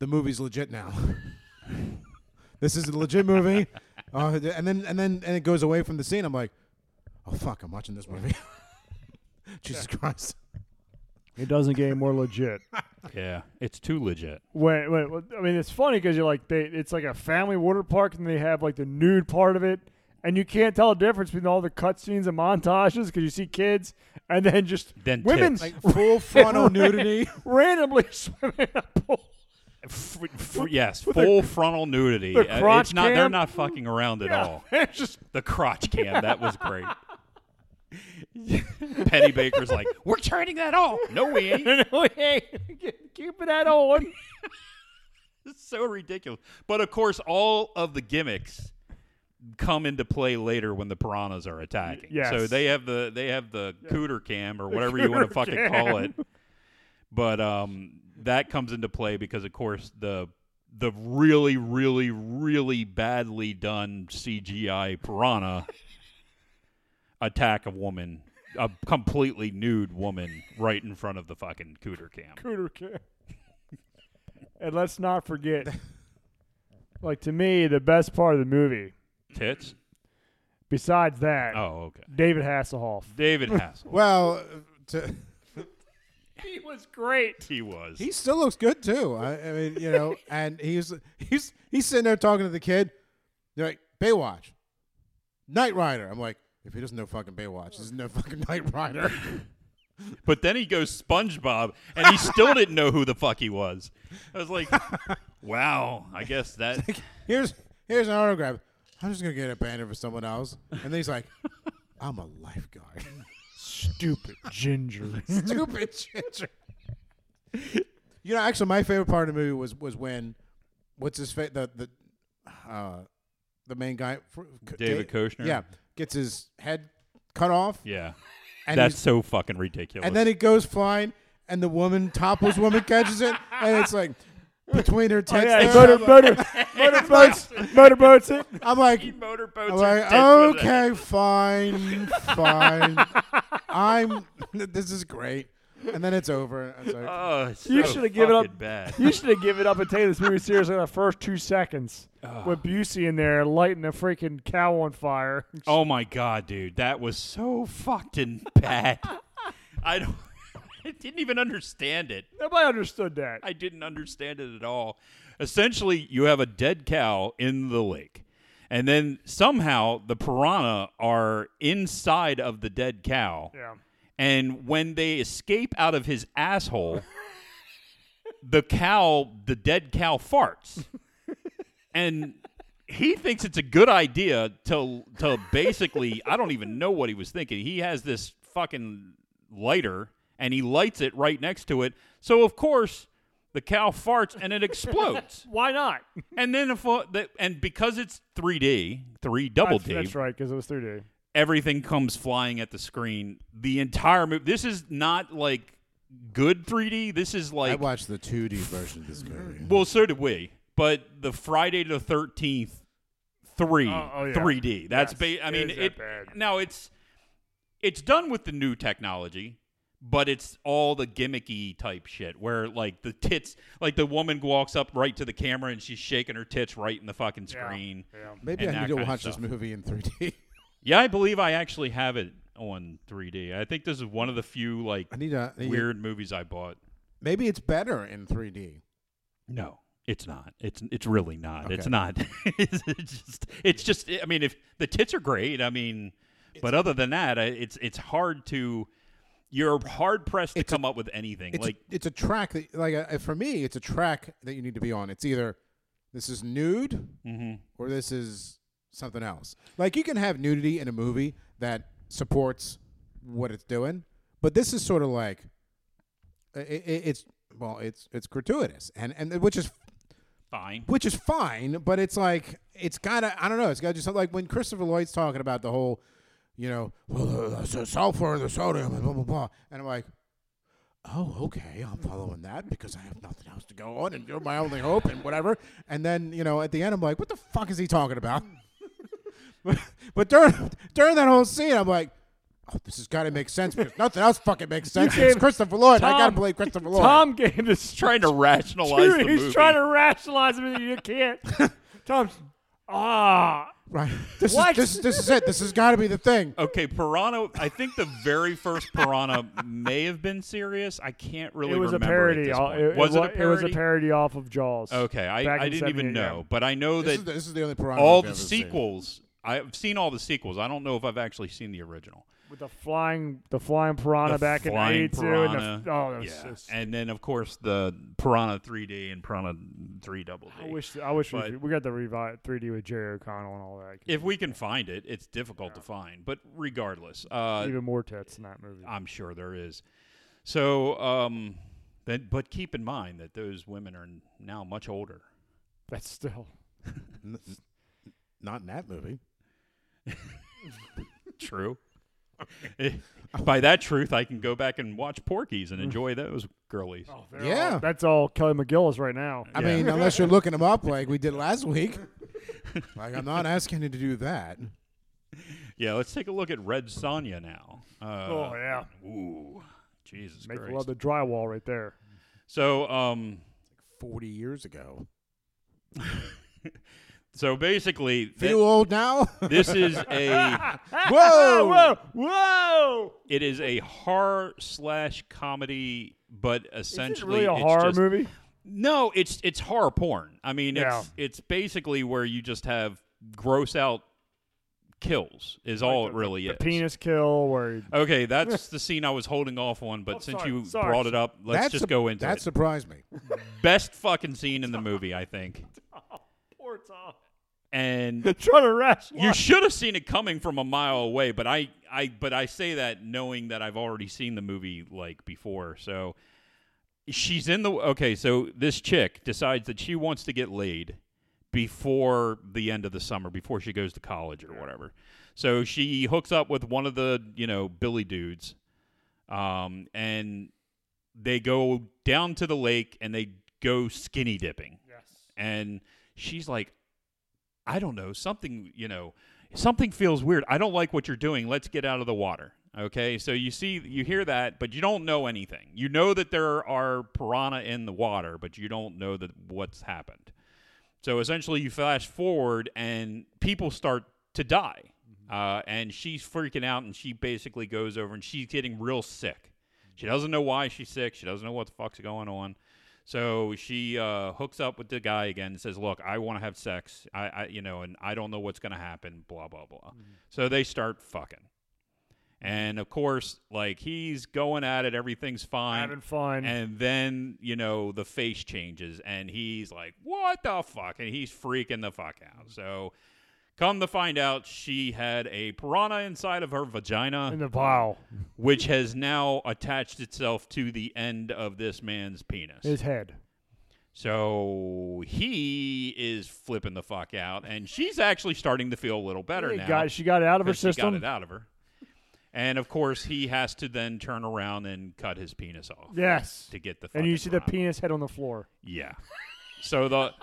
Speaker 2: the movie's legit now. (laughs) this is a legit (laughs) movie, uh, th- and then and then and it goes away from the scene. I'm like, oh fuck, I'm watching this movie. (laughs) Jesus Christ.
Speaker 1: It doesn't get any more legit.
Speaker 3: Yeah, it's too legit.
Speaker 1: Wait, wait, wait, I mean, it's funny because you're like, they, it's like a family water park, and they have like the nude part of it, and you can't tell the difference between all the cutscenes and montages because you see kids and then just
Speaker 3: Then
Speaker 1: women
Speaker 3: tits.
Speaker 2: Like full frontal (laughs) nudity.
Speaker 1: (laughs) randomly (laughs) swimming in a pool.
Speaker 3: F- f- yes, full frontal nudity.
Speaker 1: the
Speaker 3: Uh,
Speaker 1: crotch
Speaker 3: it's not. They're
Speaker 1: cam?
Speaker 3: not fucking around
Speaker 1: (laughs)
Speaker 3: at all.
Speaker 1: It's just
Speaker 3: The crotch cam. That was great. Penny Baker's like, we're turning that off. No, we ain't.
Speaker 1: hey, keeping that on.
Speaker 3: (laughs) It's so ridiculous. But of course, all of the gimmicks come into play later when the piranhas are attacking.
Speaker 1: Y- yes.
Speaker 3: So they have the they have the cooter cam or
Speaker 1: The
Speaker 3: whatever you want
Speaker 1: cooter
Speaker 3: to fucking call
Speaker 1: cam.
Speaker 3: it. But um that comes into play because of course the the really really really badly done CGI piranha attack a woman a completely nude woman right in front of the fucking cooter
Speaker 1: (laughs)
Speaker 3: cam.
Speaker 1: Cooter cam. and let's not
Speaker 3: (laughs)
Speaker 1: forget, like to me, the best part of the movie,
Speaker 3: Tits.
Speaker 1: besides that,
Speaker 3: Oh, okay.
Speaker 1: David Hasselhoff.
Speaker 3: David Hassel.
Speaker 2: Well, to,
Speaker 1: (laughs) He was great.
Speaker 3: he was.
Speaker 2: he still looks good too. I, I mean, you know, and he's he's he's sitting there talking to the kid. They're like Baywatch, Knight Rider. I'm like, if he doesn't know fucking Baywatch, he doesn't know fucking (laughs) Knight Rider.
Speaker 3: But then he goes SpongeBob, and he still didn't know who the fuck he was. I was like, wow, I guess that.
Speaker 2: here's here's an autograph. I'm just gonna get it banded for someone else. And then he's like, I'm a lifeguard.
Speaker 1: Stupid ginger.
Speaker 2: (laughs) Stupid ginger. You know, actually, my favorite part of the movie was was when what's his fa- the the uh, the main guy fr- c-
Speaker 3: David Koshner?
Speaker 2: Yeah, gets his head cut off.
Speaker 3: Yeah.
Speaker 2: and
Speaker 3: That's
Speaker 2: he's-
Speaker 3: so fucking ridiculous.
Speaker 2: and then it goes flying, and the woman topless woman catches it, and it's like between
Speaker 3: Oh,
Speaker 2: her tits.
Speaker 1: yeah,
Speaker 2: there,
Speaker 1: motor,
Speaker 2: I'm like,
Speaker 1: motor,
Speaker 3: (laughs)
Speaker 1: motorboats, motorboats it.
Speaker 2: I'm like,
Speaker 3: motorboats.
Speaker 2: I'm like, okay, fine, fine.
Speaker 3: (laughs)
Speaker 2: I'm. This is great. And then it's over. I was like,
Speaker 3: Oh, it's
Speaker 1: You
Speaker 3: so
Speaker 1: should have given
Speaker 3: fucking
Speaker 1: up.
Speaker 3: Bad.
Speaker 1: You should have given up and taken this movie seriously in the first two seconds with Busey in there lighting a freaking cow on
Speaker 3: (laughs)
Speaker 1: fire.
Speaker 3: Oh my god, dude, that was so fucking bad. (laughs) I don't. (laughs) I didn't even understand it.
Speaker 1: Nobody understood that.
Speaker 3: (laughs) I didn't understand it at all. Essentially, you have a dead cow in the lake, and then somehow the piranha are inside of the dead cow.
Speaker 1: Yeah.
Speaker 3: And when they escape out of his asshole, the cow, the dead cow, farts, and he thinks it's a good idea to to basically. I don't even know what he was thinking. He has this fucking lighter, and he lights it right next to it. So of course. The cow farts and it explodes,
Speaker 1: Why not?
Speaker 3: and then if uh, the, and because it's 3D, three double
Speaker 1: that's,
Speaker 3: D,
Speaker 1: that's right, because it was 3D.
Speaker 3: everything comes flying at the screen. The entire movie. This is not like good 3D. This is
Speaker 2: I
Speaker 3: like
Speaker 2: watched the 2D version of this movie.
Speaker 3: well, so did we. But the Friday the Thirteenth three
Speaker 1: Oh, oh, yeah.
Speaker 3: 3D. That's
Speaker 1: Yes,
Speaker 3: ba- I
Speaker 1: it
Speaker 3: mean
Speaker 1: is
Speaker 3: it,
Speaker 1: that bad.
Speaker 3: now it's it's done with the new technology. But it's all the gimmicky type shit where, like, the tits, like, the woman walks up right to the camera and she's shaking her tits right in the fucking
Speaker 1: Yeah.
Speaker 3: screen.
Speaker 1: Yeah.
Speaker 2: Maybe
Speaker 3: and
Speaker 2: I
Speaker 3: that
Speaker 2: need to
Speaker 3: kind of
Speaker 2: watch this
Speaker 3: stuff.
Speaker 2: movie in 3D.
Speaker 3: Yeah, I believe I actually have it on 3D. I think this is one of the few like
Speaker 2: (laughs) I need to. I need-
Speaker 3: weird movies I bought.
Speaker 2: Maybe it's better in 3D.
Speaker 3: No, it's not. It's it's really not. It's
Speaker 2: Okay.
Speaker 3: not. (laughs) it's, it's just it's just. I mean, if the tits are great, I mean, but other than that, I- it's it's hard to. You're hard pressed to
Speaker 2: It's a-
Speaker 3: come up with anything.
Speaker 2: It's
Speaker 3: Like
Speaker 2: a, it's a track that like uh, for me, it's a track that you need to be on. It's either this is nude
Speaker 3: mhm.
Speaker 2: or this is something else. Like you can have nudity in a movie that supports what it's doing, but this is sort of like i i it's well, it's it's gratuitous and and which is
Speaker 3: fine.
Speaker 2: which is fine, but it's like it's gotta I don't know, it's gotta do something like when Christopher Lloyd's talking about the whole, you know, well the, the, the sulfur and the sodium and blah blah blah, and I'm like, oh okay, I'm following that because I have nothing else to go on and you're my only hope and whatever, and then you know at the end I'm like, what the fuck is he talking about? (laughs) but during during that whole scene I'm like. Oh, this has got to make sense because nothing else fucking makes sense. It's
Speaker 1: gave-
Speaker 2: Christopher Lloyd. I got to
Speaker 1: Tom-
Speaker 2: believe Christopher Lloyd.
Speaker 1: Tom gave this
Speaker 3: Trying to rationalize the
Speaker 1: he's
Speaker 3: movie.
Speaker 1: trying to rationalize it, and you
Speaker 3: (laughs)
Speaker 1: can't. Tom's ah,
Speaker 2: right? This
Speaker 1: What?
Speaker 2: is this, this is it. This has got to be the thing.
Speaker 3: Okay, Piranha. I think the very first Piranha may have been serious. I can't really
Speaker 1: it was a
Speaker 3: remember. At
Speaker 1: parody.
Speaker 3: this
Speaker 1: all-
Speaker 3: point. was
Speaker 1: wa-
Speaker 3: it a parody?
Speaker 1: was a parody off of Jaws.
Speaker 3: Okay,
Speaker 1: back
Speaker 3: I, I
Speaker 1: in
Speaker 3: didn't even
Speaker 1: 78, yeah.
Speaker 3: know, but I know
Speaker 2: This is,
Speaker 3: that
Speaker 2: the, this is the only piranha
Speaker 3: all
Speaker 2: I've
Speaker 3: the
Speaker 2: ever seen.
Speaker 3: sequels. I've seen all the sequels. I don't know if I've actually seen the original.
Speaker 1: with the flying the flying piranha
Speaker 3: The
Speaker 1: back in
Speaker 3: Flying
Speaker 1: '82, and
Speaker 3: Piranha.
Speaker 1: the, oh, that was
Speaker 3: yeah,
Speaker 1: so stupid.
Speaker 3: and then of course the Piranha 3D and Piranha 3 Double
Speaker 1: I
Speaker 3: D.
Speaker 1: wish I wish we,
Speaker 3: But-
Speaker 1: we got the revive 3D with Jerry O'Connell and all that.
Speaker 3: If we can find it, it's difficult to find, but regardless, uh,
Speaker 1: Even more tits in that movie.
Speaker 3: I'm sure there is. So, um, then, but keep in mind that those women are
Speaker 1: (laughs)
Speaker 3: now much older.
Speaker 1: That's still
Speaker 2: Not in that movie.
Speaker 3: True. (laughs) Eh, By that truth, I can go back and watch Porkies
Speaker 1: Mm.
Speaker 3: and enjoy those girlies.
Speaker 1: They're
Speaker 2: Yeah.
Speaker 1: all- that's all Kelly McGillis right now.
Speaker 2: I
Speaker 3: Yeah.
Speaker 2: mean, unless you're looking them up like we did last week. like I'm not asking you to do that.
Speaker 3: Yeah, let's take a look at Red Sonya now. Uh,
Speaker 1: oh yeah,
Speaker 3: Ooh, Jesus
Speaker 1: make
Speaker 3: Christ.
Speaker 1: love the drywall right there.
Speaker 3: so, um,
Speaker 2: Forty years ago.
Speaker 3: so basically, thi-
Speaker 2: Feel old now?
Speaker 1: (laughs)
Speaker 3: this is a Oh.
Speaker 2: Whoa!
Speaker 1: whoa, whoa!
Speaker 3: it is a horror slash comedy, but
Speaker 1: Is it
Speaker 3: essentially
Speaker 1: really a
Speaker 3: it's
Speaker 1: horror
Speaker 3: just-
Speaker 1: movie?
Speaker 3: No, it's it's horror porn. I mean, it's it's basically where you just have gross out kills is all it really is.
Speaker 1: The penis kill where he- (laughs)
Speaker 3: Okay, that's the scene I was holding off on, but
Speaker 1: Oh,
Speaker 3: since
Speaker 1: sorry,
Speaker 3: you
Speaker 1: sorry.
Speaker 3: brought it up, let's
Speaker 2: That
Speaker 3: just
Speaker 2: sup-
Speaker 3: go into
Speaker 2: That
Speaker 3: it.
Speaker 2: surprised me.
Speaker 3: Best fucking scene in the movie,
Speaker 1: (laughs)
Speaker 3: I think.
Speaker 1: Oh, poor Tom.
Speaker 3: And
Speaker 1: Trying to rationalize.
Speaker 3: you should have seen it coming from a mile away, but I, I but I say that knowing that I've already seen the movie like before. So she's in the okay, so this chick decides that she wants to get laid before the end of the summer, before she goes to college or whatever. So she hooks up with one of the, you know, Billy dudes. Um, and they go down to the lake and they go skinny dipping
Speaker 1: yes.
Speaker 3: and she's like i don't know something you know something feels weird i don't like what you're doing let's get out of the water okay so you see you hear that but you don't know anything you know that there are piranha in the water but you don't know that what's happened so essentially you flash forward and people start to die uh, and she's freaking out and she basically goes over and she's getting real sick she doesn't know why she's sick she doesn't know what the fuck's going on so she uh, hooks up with the guy again and says, "Look, I want to have sex. I, I, you know, and I don't know what's going to happen. Blah blah blah." So they start fucking, and of course, like he's going at it, everything's fine.
Speaker 1: Having fun.
Speaker 3: And then, you know, the face changes and he's like, what the fuck? And he's freaking the fuck out. So come to find out, she had a piranha inside of her
Speaker 1: in
Speaker 3: vagina,
Speaker 1: the vial.
Speaker 3: which has now attached itself to the end of this man's penis.
Speaker 1: His head.
Speaker 3: So he is flipping the fuck out. And she's actually starting to feel a little better
Speaker 1: Hey,
Speaker 3: now.
Speaker 1: guys, she got it out of her
Speaker 3: 'cause she got
Speaker 1: system.
Speaker 3: it out of her. And of course, he has to then turn around and cut his penis off
Speaker 1: Yes.
Speaker 3: to get the.
Speaker 1: And you
Speaker 3: fucking
Speaker 1: see the
Speaker 3: piranha.
Speaker 1: penis head on the floor.
Speaker 3: Yeah. So the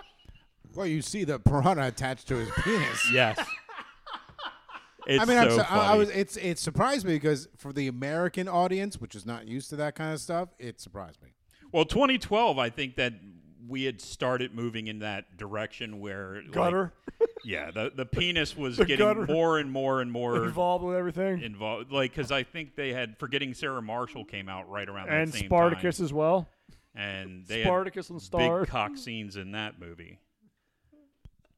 Speaker 2: Well, you see the piranha attached to his penis.
Speaker 3: yes. It's
Speaker 2: I mean,
Speaker 3: so
Speaker 2: I'm so,
Speaker 3: funny.
Speaker 2: I, I was. It's it surprised me because for the American audience, which is not used to that kind of stuff, it surprised me.
Speaker 3: well, 2012. I think that we had started moving in that direction where like,
Speaker 1: Gutter.
Speaker 3: yeah, the the penis was
Speaker 1: The
Speaker 3: getting
Speaker 1: gutter.
Speaker 3: more and more and more
Speaker 1: Involved with everything.
Speaker 3: involved. Like because I think they had forgetting Sarah Marshall came out right around
Speaker 1: And
Speaker 3: that same
Speaker 1: Spartacus
Speaker 3: time,
Speaker 1: as well.
Speaker 3: and they
Speaker 1: Spartacus and
Speaker 3: had big
Speaker 1: Star.
Speaker 3: cock scenes in that movie.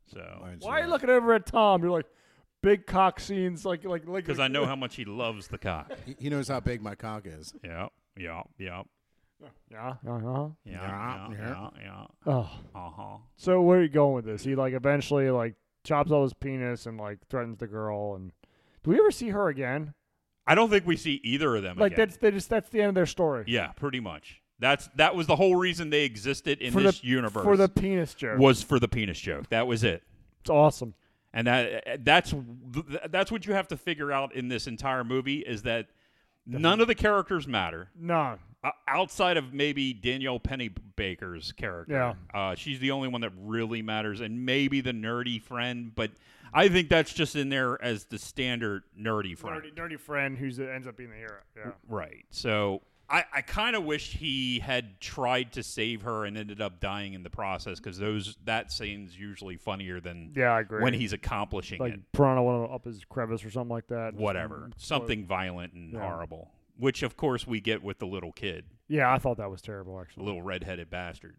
Speaker 3: So
Speaker 2: Mine's
Speaker 1: Why are you
Speaker 2: not.
Speaker 1: looking over at Tom? You're like big cock scenes, like like like.
Speaker 3: because I know how much he loves the cock.
Speaker 2: He- He knows how big my cock is.
Speaker 3: Yeah, yeah, yeah,
Speaker 1: Yeah. Uh-huh.
Speaker 3: yeah,
Speaker 2: Yeah,
Speaker 3: yeah, yeah,
Speaker 2: yeah.
Speaker 3: yeah.
Speaker 1: Oh.
Speaker 3: Uh huh.
Speaker 1: So where are you going with this? He like eventually like chops off his penis and like threatens the girl. And do we ever see her again?
Speaker 3: I don't think we see either of them.
Speaker 1: Like
Speaker 3: again.
Speaker 1: that's they just that's the end of their story.
Speaker 3: yeah, pretty much. That's that was the whole reason they existed in
Speaker 1: For
Speaker 3: this
Speaker 1: the
Speaker 3: universe
Speaker 1: for the penis joke.
Speaker 3: was for the penis joke. That was it,
Speaker 1: It's awesome.
Speaker 3: and that that's that's what you have to figure out in this entire movie is that none of the characters matter
Speaker 1: No,
Speaker 3: O- outside of maybe Danielle Pennybaker's character. Yeah, uh, she's the only one that really matters, and maybe the nerdy friend, but. I think that's just in there as the standard nerdy friend.
Speaker 1: nerdy, nerdy friend who's uh, ends up being the hero. Yeah.
Speaker 3: Right. So I, I kind of wish he had tried to save her and ended up dying in the process because those that scene's usually funnier than
Speaker 1: Yeah, I agree.
Speaker 3: when he's accomplishing
Speaker 1: like
Speaker 3: it.
Speaker 1: piranha went up his crevice or something like that.
Speaker 3: Whatever, something violent and
Speaker 1: Yeah.
Speaker 3: horrible, which of course we get with the little kid,
Speaker 1: Yeah, I thought that was terrible
Speaker 3: the
Speaker 1: actually.
Speaker 3: little redheaded bastard.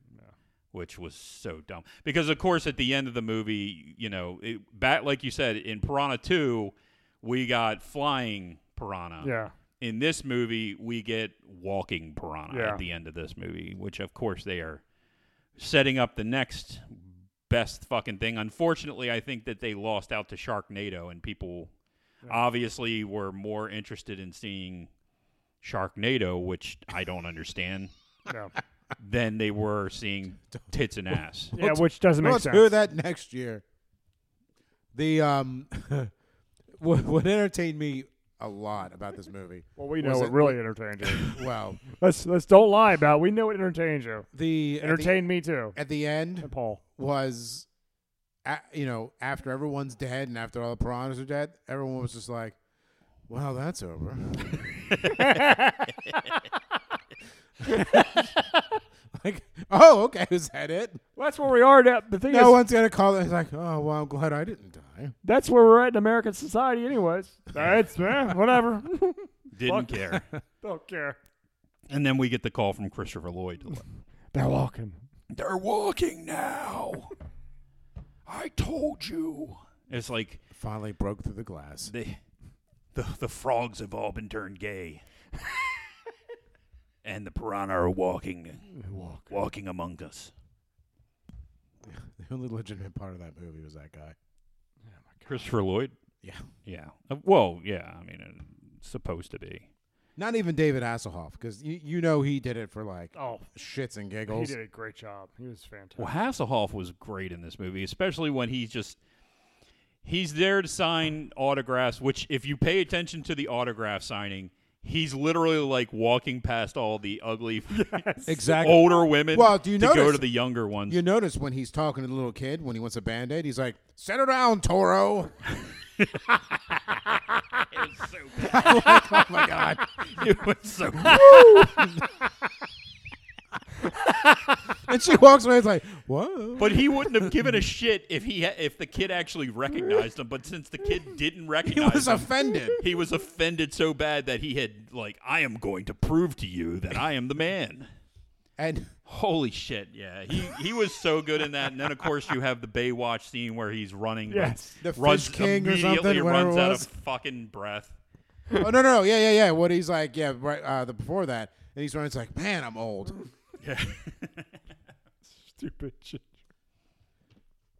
Speaker 3: Which was so dumb because, of course, at the end of the movie, you know, it, back like you said in Piranha Two, we got flying piranha,
Speaker 1: Yeah.
Speaker 3: in this movie we get walking piranha
Speaker 1: Yeah.
Speaker 3: at the end of this movie which of course they are setting up the next best fucking thing unfortunately i think that they lost out to sharknado and people obviously were more interested in seeing sharknado which i don't (laughs) understand
Speaker 2: (laughs)
Speaker 1: Yeah.
Speaker 3: than they were seeing tits and ass (laughs)
Speaker 1: yeah, which doesn't
Speaker 2: We'll
Speaker 1: make sense.
Speaker 2: do that next year. The um, (laughs) what, what entertained me a lot about this movie.
Speaker 1: Well, we
Speaker 2: was
Speaker 1: know what
Speaker 2: it-
Speaker 1: really entertains
Speaker 2: (laughs)
Speaker 1: you.
Speaker 2: Well,
Speaker 1: let's let's don't lie about. It. We know what entertains you.
Speaker 2: the at the-
Speaker 1: Entertain me too.
Speaker 2: at the end
Speaker 1: And Paul.
Speaker 2: was, a you know, after everyone's dead and after all the piranhas are dead, everyone was just like, "Well, that's over." (laughs) like, oh, okay, is that it?
Speaker 1: That's where we are. Now. The thing
Speaker 2: No
Speaker 1: is,
Speaker 2: one's gonna call. It's like, oh, well, I'm glad I didn't die.
Speaker 1: that's where we're at in American society, anyways. That's eh, whatever. (laughs)
Speaker 3: Didn't care.
Speaker 1: Don't care.
Speaker 3: And then we get the call from Christopher Lloyd.
Speaker 1: They're walking.
Speaker 3: They're walking now. I told you. It's like
Speaker 2: Finally broke through the glass.
Speaker 3: they, the the frogs have all been
Speaker 2: (laughs)
Speaker 3: turned gay, and the piranha are walking, walking among us.
Speaker 2: (laughs) The only legitimate part of that movie was that guy.
Speaker 3: Christopher Lloyd.
Speaker 2: Yeah.
Speaker 3: Yeah. Uh, well, yeah. I mean, it's supposed to be.
Speaker 2: Not even David Hasselhoff, because you, you know he did it for like
Speaker 1: Oh,
Speaker 2: shits and
Speaker 1: he
Speaker 2: giggles.
Speaker 1: did a great job. He was fantastic.
Speaker 3: Well, Hasselhoff was great in this movie, especially when he's just he's there to sign autographs. Which, if you pay attention to the autograph signing, he's literally like walking past all the ugly,
Speaker 2: Exactly.
Speaker 3: older women.
Speaker 2: Well, do you
Speaker 3: to go
Speaker 2: notice-
Speaker 3: to the younger ones?
Speaker 2: You notice when he's talking to the little kid when he wants a band aid, he's like, "Set her down, Toro." (laughs) oh my god!
Speaker 3: (laughs) It was so
Speaker 2: (laughs) And she walks away. It's like, whoa.
Speaker 3: But he wouldn't have (laughs) given a shit if he ha- if the kid actually recognized him. But since the kid (laughs) didn't
Speaker 2: He
Speaker 3: recognize
Speaker 2: was
Speaker 3: him,
Speaker 2: offended.
Speaker 3: he was offended so bad that he had like, I am going to prove to you that I am the man.
Speaker 2: And
Speaker 3: Holy shit! Yeah, he he was so good in that. And then of course you have the Baywatch scene where he's running, but
Speaker 1: Yes.
Speaker 2: The
Speaker 3: (laughs) runs
Speaker 2: Fish King or
Speaker 3: immediately
Speaker 2: something, whatever
Speaker 3: runs
Speaker 2: it
Speaker 3: out
Speaker 2: was.
Speaker 3: of fucking breath.
Speaker 2: oh no, no, yeah, yeah, yeah. What he's like, yeah, right. Uh, the before that, and he's running. It's like, man, I'm old.
Speaker 3: Yeah.
Speaker 1: Stupid shit.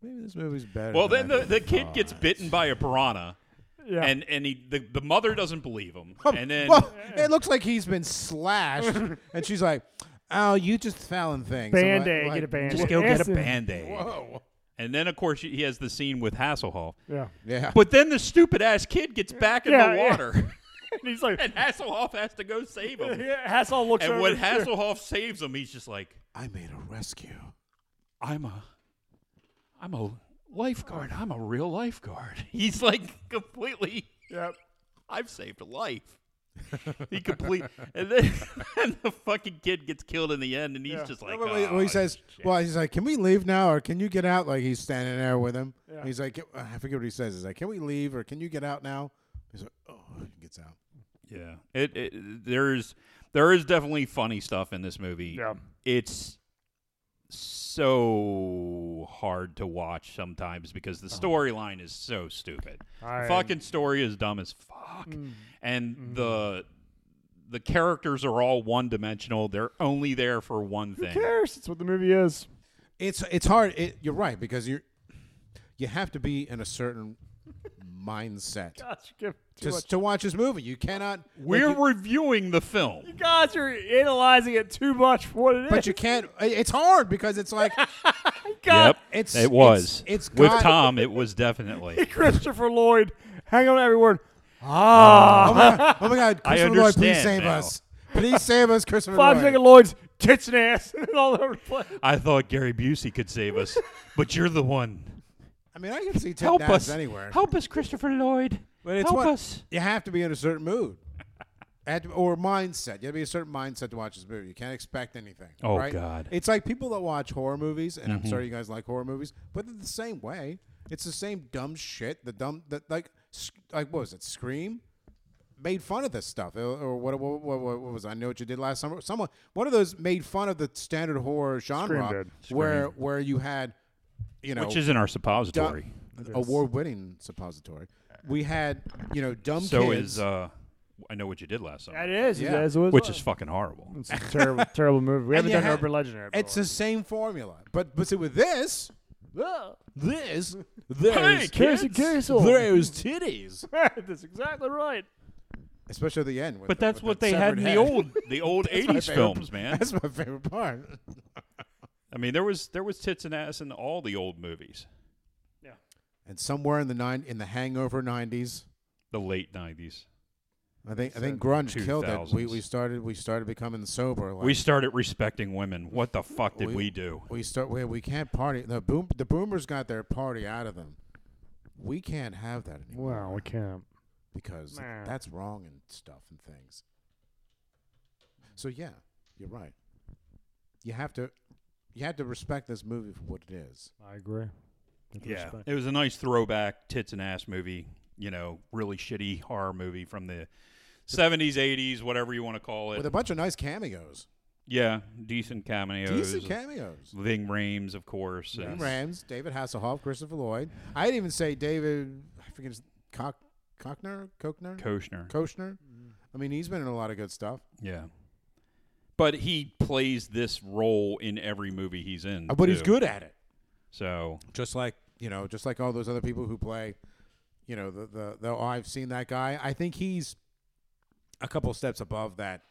Speaker 2: Maybe this movie's better.
Speaker 3: (laughs) well, then
Speaker 2: than I
Speaker 3: the, the kid
Speaker 2: thought.
Speaker 3: gets bitten by a piranha,
Speaker 1: Yeah.
Speaker 3: and and he the, the mother doesn't believe him, and then
Speaker 2: well, it looks like he's been
Speaker 3: (laughs)
Speaker 2: slashed, and she's like, "Oh, you just fell in things." I'm like-
Speaker 1: band aid.
Speaker 2: like,
Speaker 1: get a band.
Speaker 3: just go get a
Speaker 1: Yes.
Speaker 3: band aid.
Speaker 2: Whoa.
Speaker 3: And then, of course, he has the scene with Hasselhoff.
Speaker 1: Yeah. (laughs)
Speaker 2: Yeah.
Speaker 3: But then the stupid ass kid gets back in
Speaker 1: Yeah,
Speaker 3: the
Speaker 1: yeah.
Speaker 3: water, (laughs)
Speaker 1: And he's like,
Speaker 3: and Hasselhoff has to go save
Speaker 1: (laughs)
Speaker 3: him.
Speaker 1: yeah, Hassel looks
Speaker 3: and
Speaker 1: over
Speaker 3: when
Speaker 1: too.
Speaker 3: Hasselhoff saves him, he's just like,
Speaker 2: I made a rescue.
Speaker 3: "I'm a, I'm a lifeguard. I'm a real lifeguard." (laughs) He's like completely,
Speaker 1: Yep.
Speaker 3: "I've saved a life." (laughs) he complete, and then (laughs) and the fucking kid gets killed in the end, and he's
Speaker 1: Yeah.
Speaker 3: just like,
Speaker 2: well, well,
Speaker 3: "Oh,
Speaker 2: he says,
Speaker 3: shit."
Speaker 2: "Well, he's like, can we leave now, or can you get out?" Like he's standing there with him.
Speaker 1: Yeah.
Speaker 2: He's like, I forget what he says. He's like, "Can we leave, or can you get out now?" He's like, "Oh," he gets out.
Speaker 3: Yeah, it, it there's there is definitely funny stuff in this movie.
Speaker 1: Yeah.
Speaker 3: it's so hard to watch sometimes because
Speaker 2: Oh.
Speaker 3: the storyline is so stupid.
Speaker 1: I-
Speaker 3: The fucking story is dumb as fuck,
Speaker 2: Mm.
Speaker 3: and
Speaker 2: Mm-hmm.
Speaker 3: the the characters are all one dimensional. They're only there for one
Speaker 1: Who
Speaker 3: thing.
Speaker 1: cares? That's what the movie is.
Speaker 2: It's it's hard. It, you're right because you you have to be in a certain
Speaker 3: (laughs)
Speaker 2: mindset
Speaker 1: Gosh, you give too
Speaker 2: to,
Speaker 1: much.
Speaker 2: to watch this movie. You cannot. like,
Speaker 3: We're
Speaker 2: you-
Speaker 3: reviewing the film.
Speaker 1: Gosh, you're analyzing it too much for what it is.
Speaker 2: but you can't. It's hard because it's like
Speaker 1: God,
Speaker 2: it's
Speaker 3: it was.
Speaker 2: it's, it's
Speaker 3: with
Speaker 2: got- (laughs)
Speaker 3: Tom. It was definitely.
Speaker 1: Christopher Lloyd, hang on to every word. Ah,
Speaker 2: Oh my
Speaker 3: (laughs)
Speaker 2: god! Oh my god!
Speaker 3: I
Speaker 2: Christopher Lloyd, please
Speaker 3: understand
Speaker 2: save
Speaker 3: now.
Speaker 2: us! Please save us, Christopher
Speaker 1: five
Speaker 2: Lloyd.
Speaker 1: second Lloyd's tits and ass (laughs) and all over the place.
Speaker 3: I thought Gary Busey could save us, but you're the one.
Speaker 2: I mean, I can see Ted
Speaker 3: help
Speaker 2: Naz
Speaker 3: us
Speaker 2: anywhere.
Speaker 3: Help us, Christopher Lloyd.
Speaker 2: But it's
Speaker 3: help
Speaker 2: what-
Speaker 3: us.
Speaker 2: You have to be in a certain mood, Had to- or mindset. You have to be a certain mindset to watch this movie. You can't expect anything.
Speaker 3: Oh,
Speaker 2: right?
Speaker 3: God. Mm-hmm.
Speaker 2: It's like people that watch horror movies, and I'm sorry you guys like horror movies, but they're the same way. It's the same dumb shit. The dumb that like sc- like what was it? Scream made fun of this stuff, or- or what? What, what, what was it? I know what you did last summer? Someone one of those made fun of the standard horror genre,
Speaker 1: did.
Speaker 2: where where you had you know
Speaker 3: Which is in our suppository.
Speaker 2: dumb, award-winning suppository. We had, you know, dumb
Speaker 3: so
Speaker 2: kids.
Speaker 3: is uh, I know what you did last summer,
Speaker 1: That is,
Speaker 2: Yeah.
Speaker 1: that is what it
Speaker 3: which
Speaker 1: was.
Speaker 3: is fucking horrible.
Speaker 1: it's a
Speaker 2: (laughs)
Speaker 1: terrible, terrible movie. We
Speaker 2: And
Speaker 1: haven't
Speaker 2: you
Speaker 1: done
Speaker 2: had-
Speaker 1: Urban Legend yet. by
Speaker 2: it's
Speaker 1: the way.
Speaker 2: the same formula, but but see with this,
Speaker 1: Ugh.
Speaker 3: (laughs)
Speaker 2: this, there's
Speaker 1: Casey Kasem.
Speaker 2: there's titties,
Speaker 1: (laughs) That's exactly right.
Speaker 2: especially at the end. with
Speaker 3: But
Speaker 2: the-
Speaker 3: that's
Speaker 2: with
Speaker 3: what
Speaker 2: that
Speaker 3: they
Speaker 2: severed
Speaker 3: had in the
Speaker 2: head.
Speaker 3: old the old
Speaker 2: That's my
Speaker 3: eighties
Speaker 2: favorite-
Speaker 3: films, man.
Speaker 2: (laughs) That's my favorite part.
Speaker 3: I mean, there was there was tits and ass in all the old movies.
Speaker 2: And somewhere in the nine in the Hangover '90s,
Speaker 3: the late nineties.
Speaker 2: I think I think grunge
Speaker 3: Two
Speaker 2: killed it. We,
Speaker 3: thousands.
Speaker 2: we started we started becoming sober. Like,
Speaker 3: We started respecting women. What the fuck did
Speaker 2: We-
Speaker 3: we, do?
Speaker 2: we start we, we can't party. The boom the boomers got their party out of them. We can't have that anymore
Speaker 1: Wow, we can't.
Speaker 2: because
Speaker 1: Nah.
Speaker 2: that's wrong and stuff and things. So yeah, you're right. You have to you have to respect this movie for what it is.
Speaker 1: I agree. With
Speaker 3: Yeah,
Speaker 1: respect.
Speaker 3: it was a nice throwback tits and ass movie. You know, really shitty horror movie from the seventies, eighties, whatever you want to call it.
Speaker 2: With a bunch of nice cameos.
Speaker 3: yeah, decent cameos.
Speaker 2: Decent cameos.
Speaker 3: Ving Rhames, of course.
Speaker 2: Ving
Speaker 3: and-
Speaker 2: Rams, David Hasselhoff, Christopher Lloyd. I'd even say David I forget his Cock Cockner? Kochner?
Speaker 3: Koshner.
Speaker 2: Kochner. I mean, he's been in a lot of good stuff.
Speaker 3: yeah. But he plays this role in every movie he's in.
Speaker 2: Uh, But he's
Speaker 3: too.
Speaker 2: good at it.
Speaker 3: So
Speaker 2: Just like you know, just like all those other people who play, you know, the the, the oh, I've seen that guy. I think he's a couple steps above that.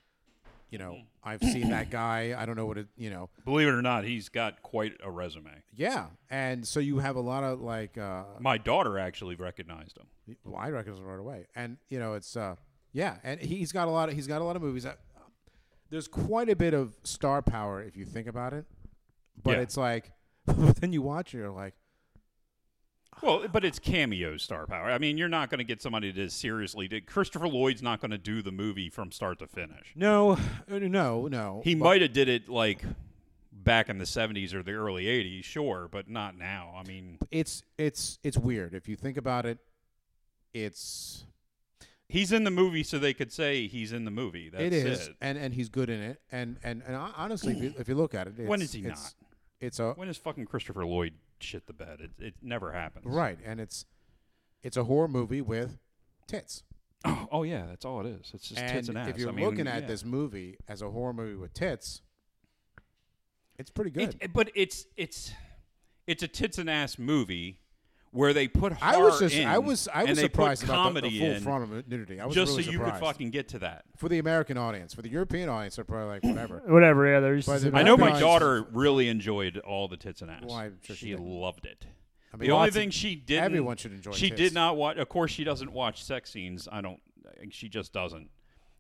Speaker 2: You know,
Speaker 3: Mm.
Speaker 2: I've seen that guy. I don't know what it. You know,
Speaker 3: believe it or not, he's got quite a resume.
Speaker 2: yeah. And so you have a lot of like. Uh,
Speaker 3: My daughter actually recognized him.
Speaker 2: well, I recognize him right away, and you know, it's uh, yeah, and he's got a lot. Of, he's got a lot of movies. Uh, There's quite a bit of star power if you think about it, but
Speaker 3: Yeah.
Speaker 2: it's like, (laughs) but then you watch it, you're like,
Speaker 3: Well, but it's cameo star power. I mean, you're not going to get somebody to seriously. To, Christopher Lloyd's not going to do the movie from start to finish.
Speaker 2: no, uh, (sighs) no, no.
Speaker 3: He might have did it like back in the 70s or the early 80s, sure, but not now. I mean,
Speaker 2: it's it's it's weird if you think about it. It's
Speaker 3: he's in the movie, so they could say he's in the movie. That's
Speaker 2: it
Speaker 3: it.
Speaker 2: is, and and he's good in it, and and and hon- honestly, if you, if you look at it, it's,
Speaker 3: When is he
Speaker 2: it's- It's a
Speaker 3: When is fucking Christopher Lloyd shit the bed? It, it never happens.
Speaker 2: right, and it's it's a horror movie with tits.
Speaker 3: Oh, oh, yeah, that's all it is. It's just
Speaker 2: and
Speaker 3: tits and ass.
Speaker 2: if you're
Speaker 3: I mean,
Speaker 2: looking at
Speaker 3: yeah.
Speaker 2: this movie as a horror movie with tits, it's pretty good.
Speaker 3: It- it- but it's it's it's a tits and ass movie where they put
Speaker 2: I
Speaker 3: horror
Speaker 2: was just
Speaker 3: in
Speaker 2: I was I
Speaker 3: and
Speaker 2: was
Speaker 3: they put
Speaker 2: surprised about the,
Speaker 3: comedy
Speaker 2: the full
Speaker 3: in
Speaker 2: frontal nudity. I was
Speaker 3: just
Speaker 2: really
Speaker 3: so you
Speaker 2: surprised.
Speaker 3: could fucking get to that.
Speaker 2: for the American audience, for the European audience, they're probably like
Speaker 3: (clears throat)
Speaker 2: whatever.
Speaker 1: Whatever. Yeah, they're used
Speaker 2: By
Speaker 1: to
Speaker 2: the-
Speaker 1: sitting
Speaker 3: I know
Speaker 1: around
Speaker 3: my
Speaker 2: Nice.
Speaker 1: behind-
Speaker 3: daughter really enjoyed all the tits and ass.
Speaker 2: Well, I'm sure she did.
Speaker 3: loved it.
Speaker 2: I mean,
Speaker 3: the only
Speaker 2: lots of-
Speaker 3: thing she didn't
Speaker 2: everyone should enjoy
Speaker 3: She
Speaker 2: tits.
Speaker 3: did not watch. Of course, she doesn't watch sex scenes. I don't. She just doesn't.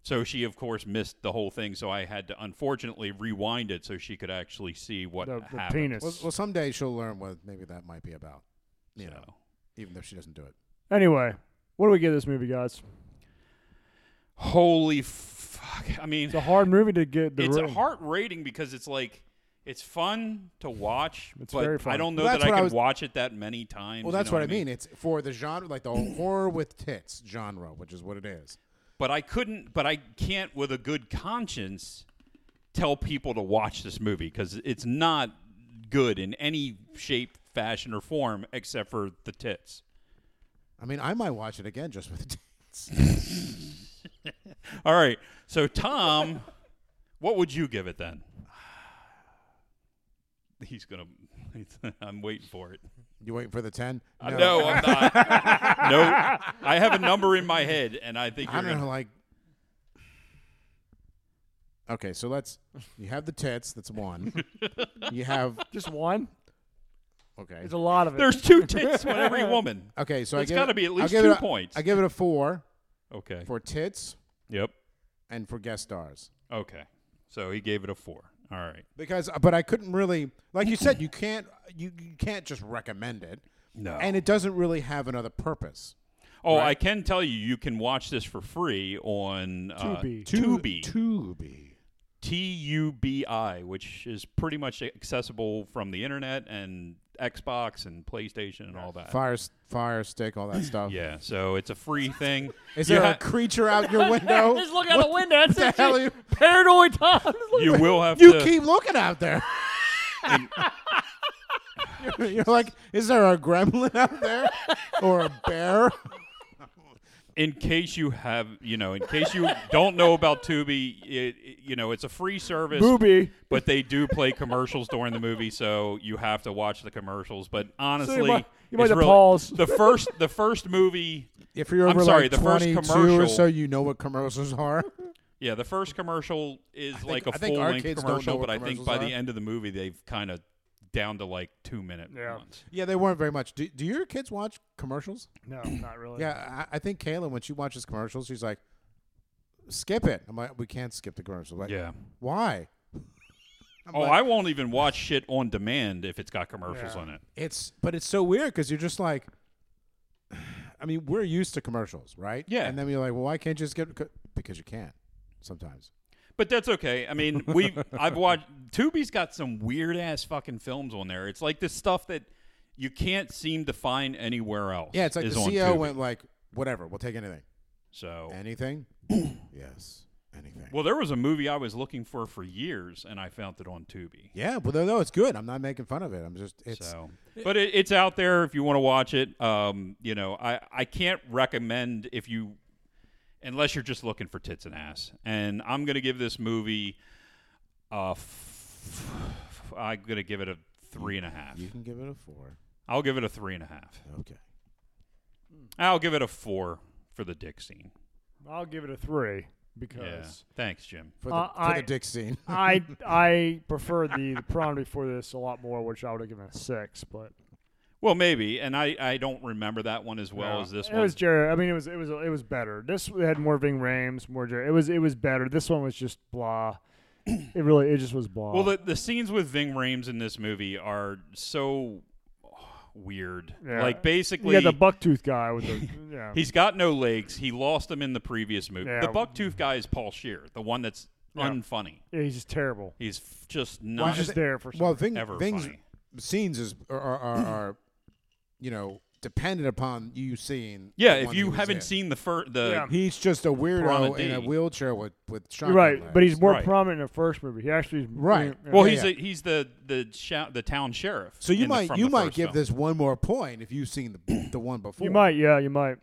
Speaker 3: So she, of course, missed the whole thing. So I had to unfortunately rewind it so she could actually see what
Speaker 1: the, the
Speaker 3: happened.
Speaker 1: penis.
Speaker 2: Well, well, someday she'll learn what maybe that might be about. You know,
Speaker 3: So.
Speaker 2: even though she doesn't do it.
Speaker 1: Anyway, what do we give this movie, guys?
Speaker 3: Holy fuck! I mean,
Speaker 1: It's a hard movie to get. The
Speaker 3: it's
Speaker 1: ring.
Speaker 3: a heart rating because it's like it's fun to watch,
Speaker 1: It's
Speaker 3: but
Speaker 1: very fun.
Speaker 3: I don't know
Speaker 2: Well,
Speaker 3: that
Speaker 2: that's
Speaker 3: I
Speaker 2: what I
Speaker 3: could
Speaker 2: was-
Speaker 3: watch it that many times.
Speaker 2: Well,
Speaker 3: you
Speaker 2: that's
Speaker 3: know
Speaker 2: what I mean. It's for the genre, like the (coughs) horror with tits genre, which is what it is.
Speaker 3: But I couldn't. But I can't, with a good conscience, tell people to watch this movie because it's not good in any shape, fashion, or form except for the tits.
Speaker 2: I mean, I might watch it again just with (laughs) the tits.
Speaker 3: All right. So Tom, (laughs) what would you give it then? (sighs) He's gonna. (laughs) I'm waiting for it.
Speaker 2: You waiting for the ten?
Speaker 3: Uh, No, I'm not. (laughs) no, I have a number in my head, and I think
Speaker 2: I
Speaker 3: you're
Speaker 2: don't know.
Speaker 3: gonna,
Speaker 2: Like, okay, so let's. You have the tits. That's
Speaker 3: (laughs)
Speaker 2: one. you have
Speaker 1: Just one.
Speaker 2: okay.
Speaker 1: It's a lot of it.
Speaker 3: there's two tits on every woman.
Speaker 2: Okay, so
Speaker 3: It's
Speaker 2: I got
Speaker 3: gotta be at least
Speaker 2: give
Speaker 3: two
Speaker 2: it a,
Speaker 3: points.
Speaker 2: I give it a four
Speaker 3: Okay.
Speaker 2: for tits
Speaker 3: Yep.
Speaker 2: and for guest stars.
Speaker 3: Okay. So he gave it a four. All right.
Speaker 2: because but I couldn't really like you said you can't you, you can't just recommend it
Speaker 3: No.
Speaker 2: and it doesn't really have another purpose.
Speaker 3: oh, I can tell you, you can watch this for free on uh,
Speaker 1: Tubi.
Speaker 3: Tubi.
Speaker 2: Tubi.
Speaker 3: T U B I, which is pretty much accessible from the internet and Xbox and PlayStation and all that.
Speaker 2: Fire s- fire stick all that stuff.
Speaker 3: Yeah. So it's
Speaker 2: (laughs)
Speaker 3: a free thing.
Speaker 2: Is
Speaker 3: You
Speaker 2: there a
Speaker 3: ha-
Speaker 2: creature out your
Speaker 1: (laughs)
Speaker 2: window?
Speaker 1: Just look out the window. That's
Speaker 2: the
Speaker 1: it.
Speaker 2: hell
Speaker 3: (laughs)
Speaker 2: you-
Speaker 1: (laughs) Paranoid Tom. Just look-
Speaker 3: you will have
Speaker 2: you
Speaker 3: to.
Speaker 2: keep looking out
Speaker 3: (laughs)
Speaker 2: there. You're- (laughs) You're like, is there a gremlin out
Speaker 3: (laughs)
Speaker 2: there or a bear?
Speaker 3: in case you have, you know, in case
Speaker 1: (laughs)
Speaker 3: you don't know about Tubi, it, it- you know, it's a free
Speaker 1: (laughs)
Speaker 3: service.
Speaker 1: Booby.
Speaker 3: But they do play commercials during the movie, so you have to watch the commercials. But honestly,
Speaker 1: might- you might
Speaker 3: it's
Speaker 1: have
Speaker 3: really-
Speaker 1: pause.
Speaker 3: the first the first movie.
Speaker 2: If you're
Speaker 3: I'm
Speaker 2: over
Speaker 3: sorry,
Speaker 2: like
Speaker 3: the first
Speaker 2: 22 or
Speaker 3: commercial-
Speaker 2: so, you know what commercials are.
Speaker 3: Yeah, the first commercial is like a
Speaker 2: I think
Speaker 3: full
Speaker 2: our
Speaker 3: length
Speaker 2: kids don't know
Speaker 3: commercial,
Speaker 2: what
Speaker 3: but I think
Speaker 2: commercials
Speaker 3: by
Speaker 2: are.
Speaker 3: the end of the movie they've kind of down to like two minute
Speaker 1: Yeah.
Speaker 3: ones.
Speaker 2: Yeah, they weren't very much. Do, do your kids watch commercials?
Speaker 1: No, not really.
Speaker 2: Yeah, I, I think Kayla, when she watches commercials, she's like, skip it. I'm like, we can't skip the commercial. Like,
Speaker 3: Yeah. (laughs)
Speaker 2: Why? I'm
Speaker 3: Oh,
Speaker 2: like,
Speaker 3: I won't even watch shit on demand if it's got commercials
Speaker 1: Yeah.
Speaker 3: on it.
Speaker 2: It's but it's so weird because you're just like, I mean, we're used to commercials, right?
Speaker 3: Yeah.
Speaker 2: And then you're like, well, why can't you just get because you can't sometimes.
Speaker 3: But that's okay. I mean,
Speaker 2: (laughs)
Speaker 3: we I've watched Tubi's got some weird ass fucking films on there. It's like this stuff that you can't seem to find anywhere else.
Speaker 2: Yeah, it's like
Speaker 3: is
Speaker 2: the
Speaker 3: on
Speaker 2: CEO
Speaker 3: Tubi. Oh.
Speaker 2: went like, whatever, we'll take anything,
Speaker 3: So (clears throat)
Speaker 2: anything. yes, anything.
Speaker 3: well, there was a movie I was looking for for years, and I found it on Tubi.
Speaker 2: yeah, but no, no, it's good. I'm not making fun of it. I'm just it's
Speaker 3: so, but it, it's out there if you want to watch it. Um, you know, I I can't recommend if you unless you're just looking for tits and ass. And I'm gonna give this movie, uh, f- I'm gonna give it a three and a half.
Speaker 2: you can give it a four.
Speaker 3: I'll give it a three and a half.
Speaker 2: Okay.
Speaker 3: I'll give it a four for the dick scene.
Speaker 1: I'll give it a three
Speaker 3: Yeah.
Speaker 1: because
Speaker 3: Thanks, Jim.
Speaker 2: For the,
Speaker 1: Uh,
Speaker 2: for
Speaker 1: I-
Speaker 2: the dick scene.
Speaker 1: I I prefer the, the prom before this a lot more, which I would have given a six. But
Speaker 3: Well, maybe, and I, I don't remember that one as well
Speaker 1: Yeah.
Speaker 3: as this
Speaker 1: it
Speaker 3: one.
Speaker 1: was Jerry. I mean, it was it was it was better. This had more Ving Rhames, more Jerry. It was it was better. This one was just blah. It really it just was blah.
Speaker 3: well, the, the scenes with Ving Rhames in this movie are so weird.
Speaker 1: Yeah.
Speaker 3: Like basically,
Speaker 1: yeah, the bucktooth guy with
Speaker 3: (laughs)
Speaker 1: the yeah.
Speaker 3: he's got no legs. He lost them in the previous movie.
Speaker 1: Yeah.
Speaker 3: The bucktooth guy is Paul Shear, the one that's
Speaker 1: Yeah.
Speaker 3: unfunny.
Speaker 1: yeah, he's just terrible.
Speaker 3: He's f- just
Speaker 1: He's
Speaker 3: not.
Speaker 1: just there for
Speaker 2: well,
Speaker 1: well,
Speaker 2: thing,
Speaker 3: ever
Speaker 2: things
Speaker 3: funny. Mm-hmm.
Speaker 2: scenes is are, are, are, are you know dependent upon you seeing.
Speaker 3: yeah,
Speaker 2: the
Speaker 3: if
Speaker 2: one
Speaker 3: you
Speaker 2: who was
Speaker 3: haven't
Speaker 2: in.
Speaker 3: seen the first, the
Speaker 1: Yeah.
Speaker 2: He's just a weirdo
Speaker 3: Piranha
Speaker 2: in a
Speaker 3: D.
Speaker 2: wheelchair with with
Speaker 1: You're
Speaker 2: shotgun
Speaker 1: right, but
Speaker 2: legs.
Speaker 1: he's more
Speaker 3: Right.
Speaker 1: prominent in the first movie. He actually is-
Speaker 2: Right.
Speaker 1: yeah.
Speaker 3: well,
Speaker 2: Yeah,
Speaker 3: he's
Speaker 2: yeah.
Speaker 3: A, he's the the shou- the town sheriff.
Speaker 2: So you
Speaker 3: in the-
Speaker 2: might
Speaker 3: from
Speaker 2: you
Speaker 3: the
Speaker 2: might
Speaker 3: first
Speaker 2: give
Speaker 3: film.
Speaker 2: this one more point if you've seen
Speaker 3: (clears throat)
Speaker 2: the the one before.
Speaker 1: you might, yeah, you might.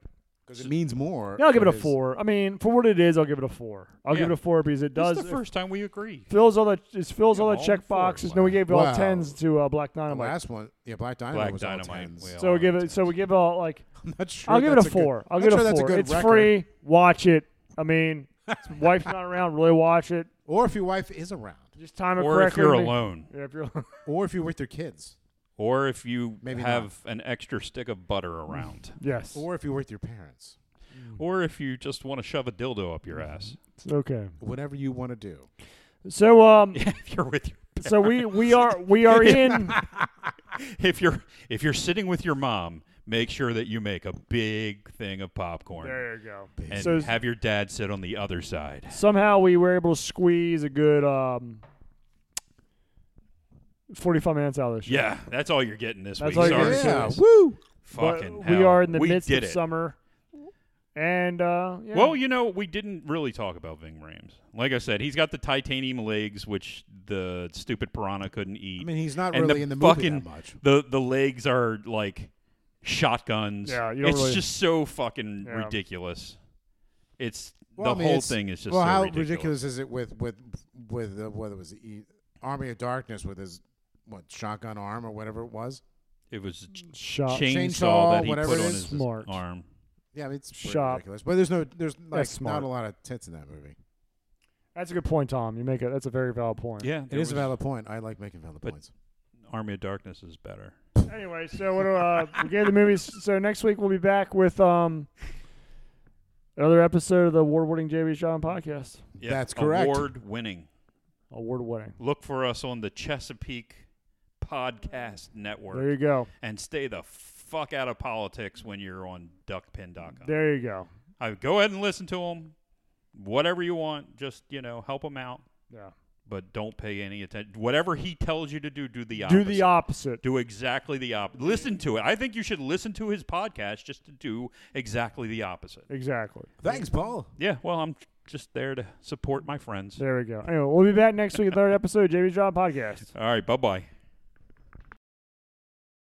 Speaker 2: because it means more.
Speaker 1: Yeah, I'll give it
Speaker 2: for
Speaker 1: a
Speaker 2: his-
Speaker 1: four. I mean, for what it is, I'll give it a four. I'll
Speaker 3: Yeah.
Speaker 1: give it a four because it
Speaker 3: This
Speaker 1: does
Speaker 3: is the first time we agree.
Speaker 1: fills all the it fills
Speaker 3: Yeah,
Speaker 1: all the
Speaker 3: all
Speaker 1: check
Speaker 3: fours.
Speaker 1: boxes. No, we gave all
Speaker 2: Wow.
Speaker 1: tens to uh, Black
Speaker 2: The
Speaker 1: Dynamite.
Speaker 2: last one, yeah, Black Dynamite
Speaker 3: Black
Speaker 2: was all
Speaker 3: Dynamite.
Speaker 2: tens.
Speaker 3: we all
Speaker 1: So we give
Speaker 3: liked
Speaker 1: it. So we give all like
Speaker 2: (laughs) I'm not sure.
Speaker 1: I'll give it a
Speaker 2: that's good-
Speaker 1: four. I'll
Speaker 2: not
Speaker 1: give
Speaker 2: sure
Speaker 1: it a
Speaker 2: that's
Speaker 1: four.
Speaker 2: good
Speaker 1: it's
Speaker 2: record.
Speaker 1: free. Watch it. I mean, wife's not around. Really watch it.
Speaker 2: Or if your wife is around,
Speaker 1: Just time it
Speaker 3: or if
Speaker 1: correctly.
Speaker 3: you're alone,
Speaker 1: Yeah, if you're
Speaker 2: or if you're with your kids,
Speaker 3: or if you
Speaker 2: Maybe
Speaker 3: have an extra stick of butter around,
Speaker 1: yes.
Speaker 2: or if you're with your parents,
Speaker 3: or if you just want to shove a dildo up your ass. (laughs)
Speaker 1: Okay.
Speaker 2: whatever you want to do.
Speaker 1: So
Speaker 3: (laughs)
Speaker 1: um.
Speaker 3: if you're with your,
Speaker 1: So we we are we are in.
Speaker 3: if you're if you're sitting with your mom, make sure that you make a big thing of popcorn
Speaker 1: there you go.
Speaker 3: and
Speaker 1: So
Speaker 3: have your dad sit on the other side.
Speaker 1: somehow we were able to squeeze a good um. Forty-five minutes out of this. show.
Speaker 3: Yeah, that's all you're getting this
Speaker 1: That's
Speaker 3: week.
Speaker 1: all you're
Speaker 3: Sorry,
Speaker 1: getting
Speaker 2: yeah,
Speaker 1: serious.
Speaker 3: guys.
Speaker 2: woo.
Speaker 1: But
Speaker 3: fucking
Speaker 1: we
Speaker 3: hell.
Speaker 1: are in the
Speaker 3: We
Speaker 1: midst
Speaker 3: did
Speaker 1: of
Speaker 3: it.
Speaker 1: summer, and uh, yeah.
Speaker 3: Well, you know, we didn't really talk about Ving Rhames. Like I said, he's got the titanium legs, which the stupid piranha couldn't eat.
Speaker 2: I mean, he's not
Speaker 3: and
Speaker 2: really
Speaker 3: the
Speaker 2: in the
Speaker 3: fucking
Speaker 2: movie that much.
Speaker 3: the the legs are like shotguns.
Speaker 1: Yeah, you don't
Speaker 3: it's
Speaker 1: really-
Speaker 3: just so fucking
Speaker 1: Yeah.
Speaker 3: ridiculous. It's
Speaker 2: Well, I
Speaker 3: the
Speaker 2: mean,
Speaker 3: whole
Speaker 2: it's-
Speaker 3: thing is just
Speaker 2: well,
Speaker 3: so
Speaker 2: how
Speaker 3: ridiculous.
Speaker 2: is it with with with uh, whether it was the Army of Darkness with his what shotgun arm or whatever it was?
Speaker 3: It was a ch-
Speaker 1: shot.
Speaker 2: Uh,
Speaker 3: chainsaw,
Speaker 2: chainsaw,
Speaker 3: that he
Speaker 2: whatever
Speaker 3: put
Speaker 2: it
Speaker 3: on
Speaker 2: is.
Speaker 3: his
Speaker 1: Smart.
Speaker 3: arm.
Speaker 2: Yeah, I mean, it's pretty
Speaker 1: Shot.
Speaker 2: ridiculous. But there's no there's like
Speaker 1: That's
Speaker 2: not
Speaker 1: smart.
Speaker 2: a lot of tits in that movie.
Speaker 1: That's a good point, Tom. You make it. That's a very valid point.
Speaker 3: Yeah,
Speaker 2: It
Speaker 3: there
Speaker 2: is a
Speaker 3: was-
Speaker 2: valid point. I like making valid
Speaker 3: But-
Speaker 2: points.
Speaker 3: Army of Darkness is better.
Speaker 1: Anyway, so what do, uh, we gave the movies. So next week we'll be back with um another episode of the award-winning JB John podcast.
Speaker 3: Yeah,
Speaker 2: That's correct.
Speaker 3: Award winning.
Speaker 1: Award-winning.
Speaker 3: Look for us on the Chesapeake Podcast Network.
Speaker 1: There you go.
Speaker 3: and stay the fuck out of politics when you're on duckpin.com.
Speaker 1: There you go.
Speaker 3: I go ahead and listen to them. Whatever you want, just you know, help him out,
Speaker 1: Yeah.
Speaker 3: but don't pay any attention. Whatever he tells you to do, do the
Speaker 1: Do
Speaker 3: opposite.
Speaker 1: the opposite.
Speaker 3: Do exactly the opposite. Listen to it. I think you should listen to his podcast just to do exactly the opposite.
Speaker 1: Exactly.
Speaker 2: Thanks, Paul.
Speaker 3: Yeah, well, I'm just there to support my friends.
Speaker 1: There we go. Anyway, we'll be back next week with another episode of JB John podcast.
Speaker 3: All right, bye bye.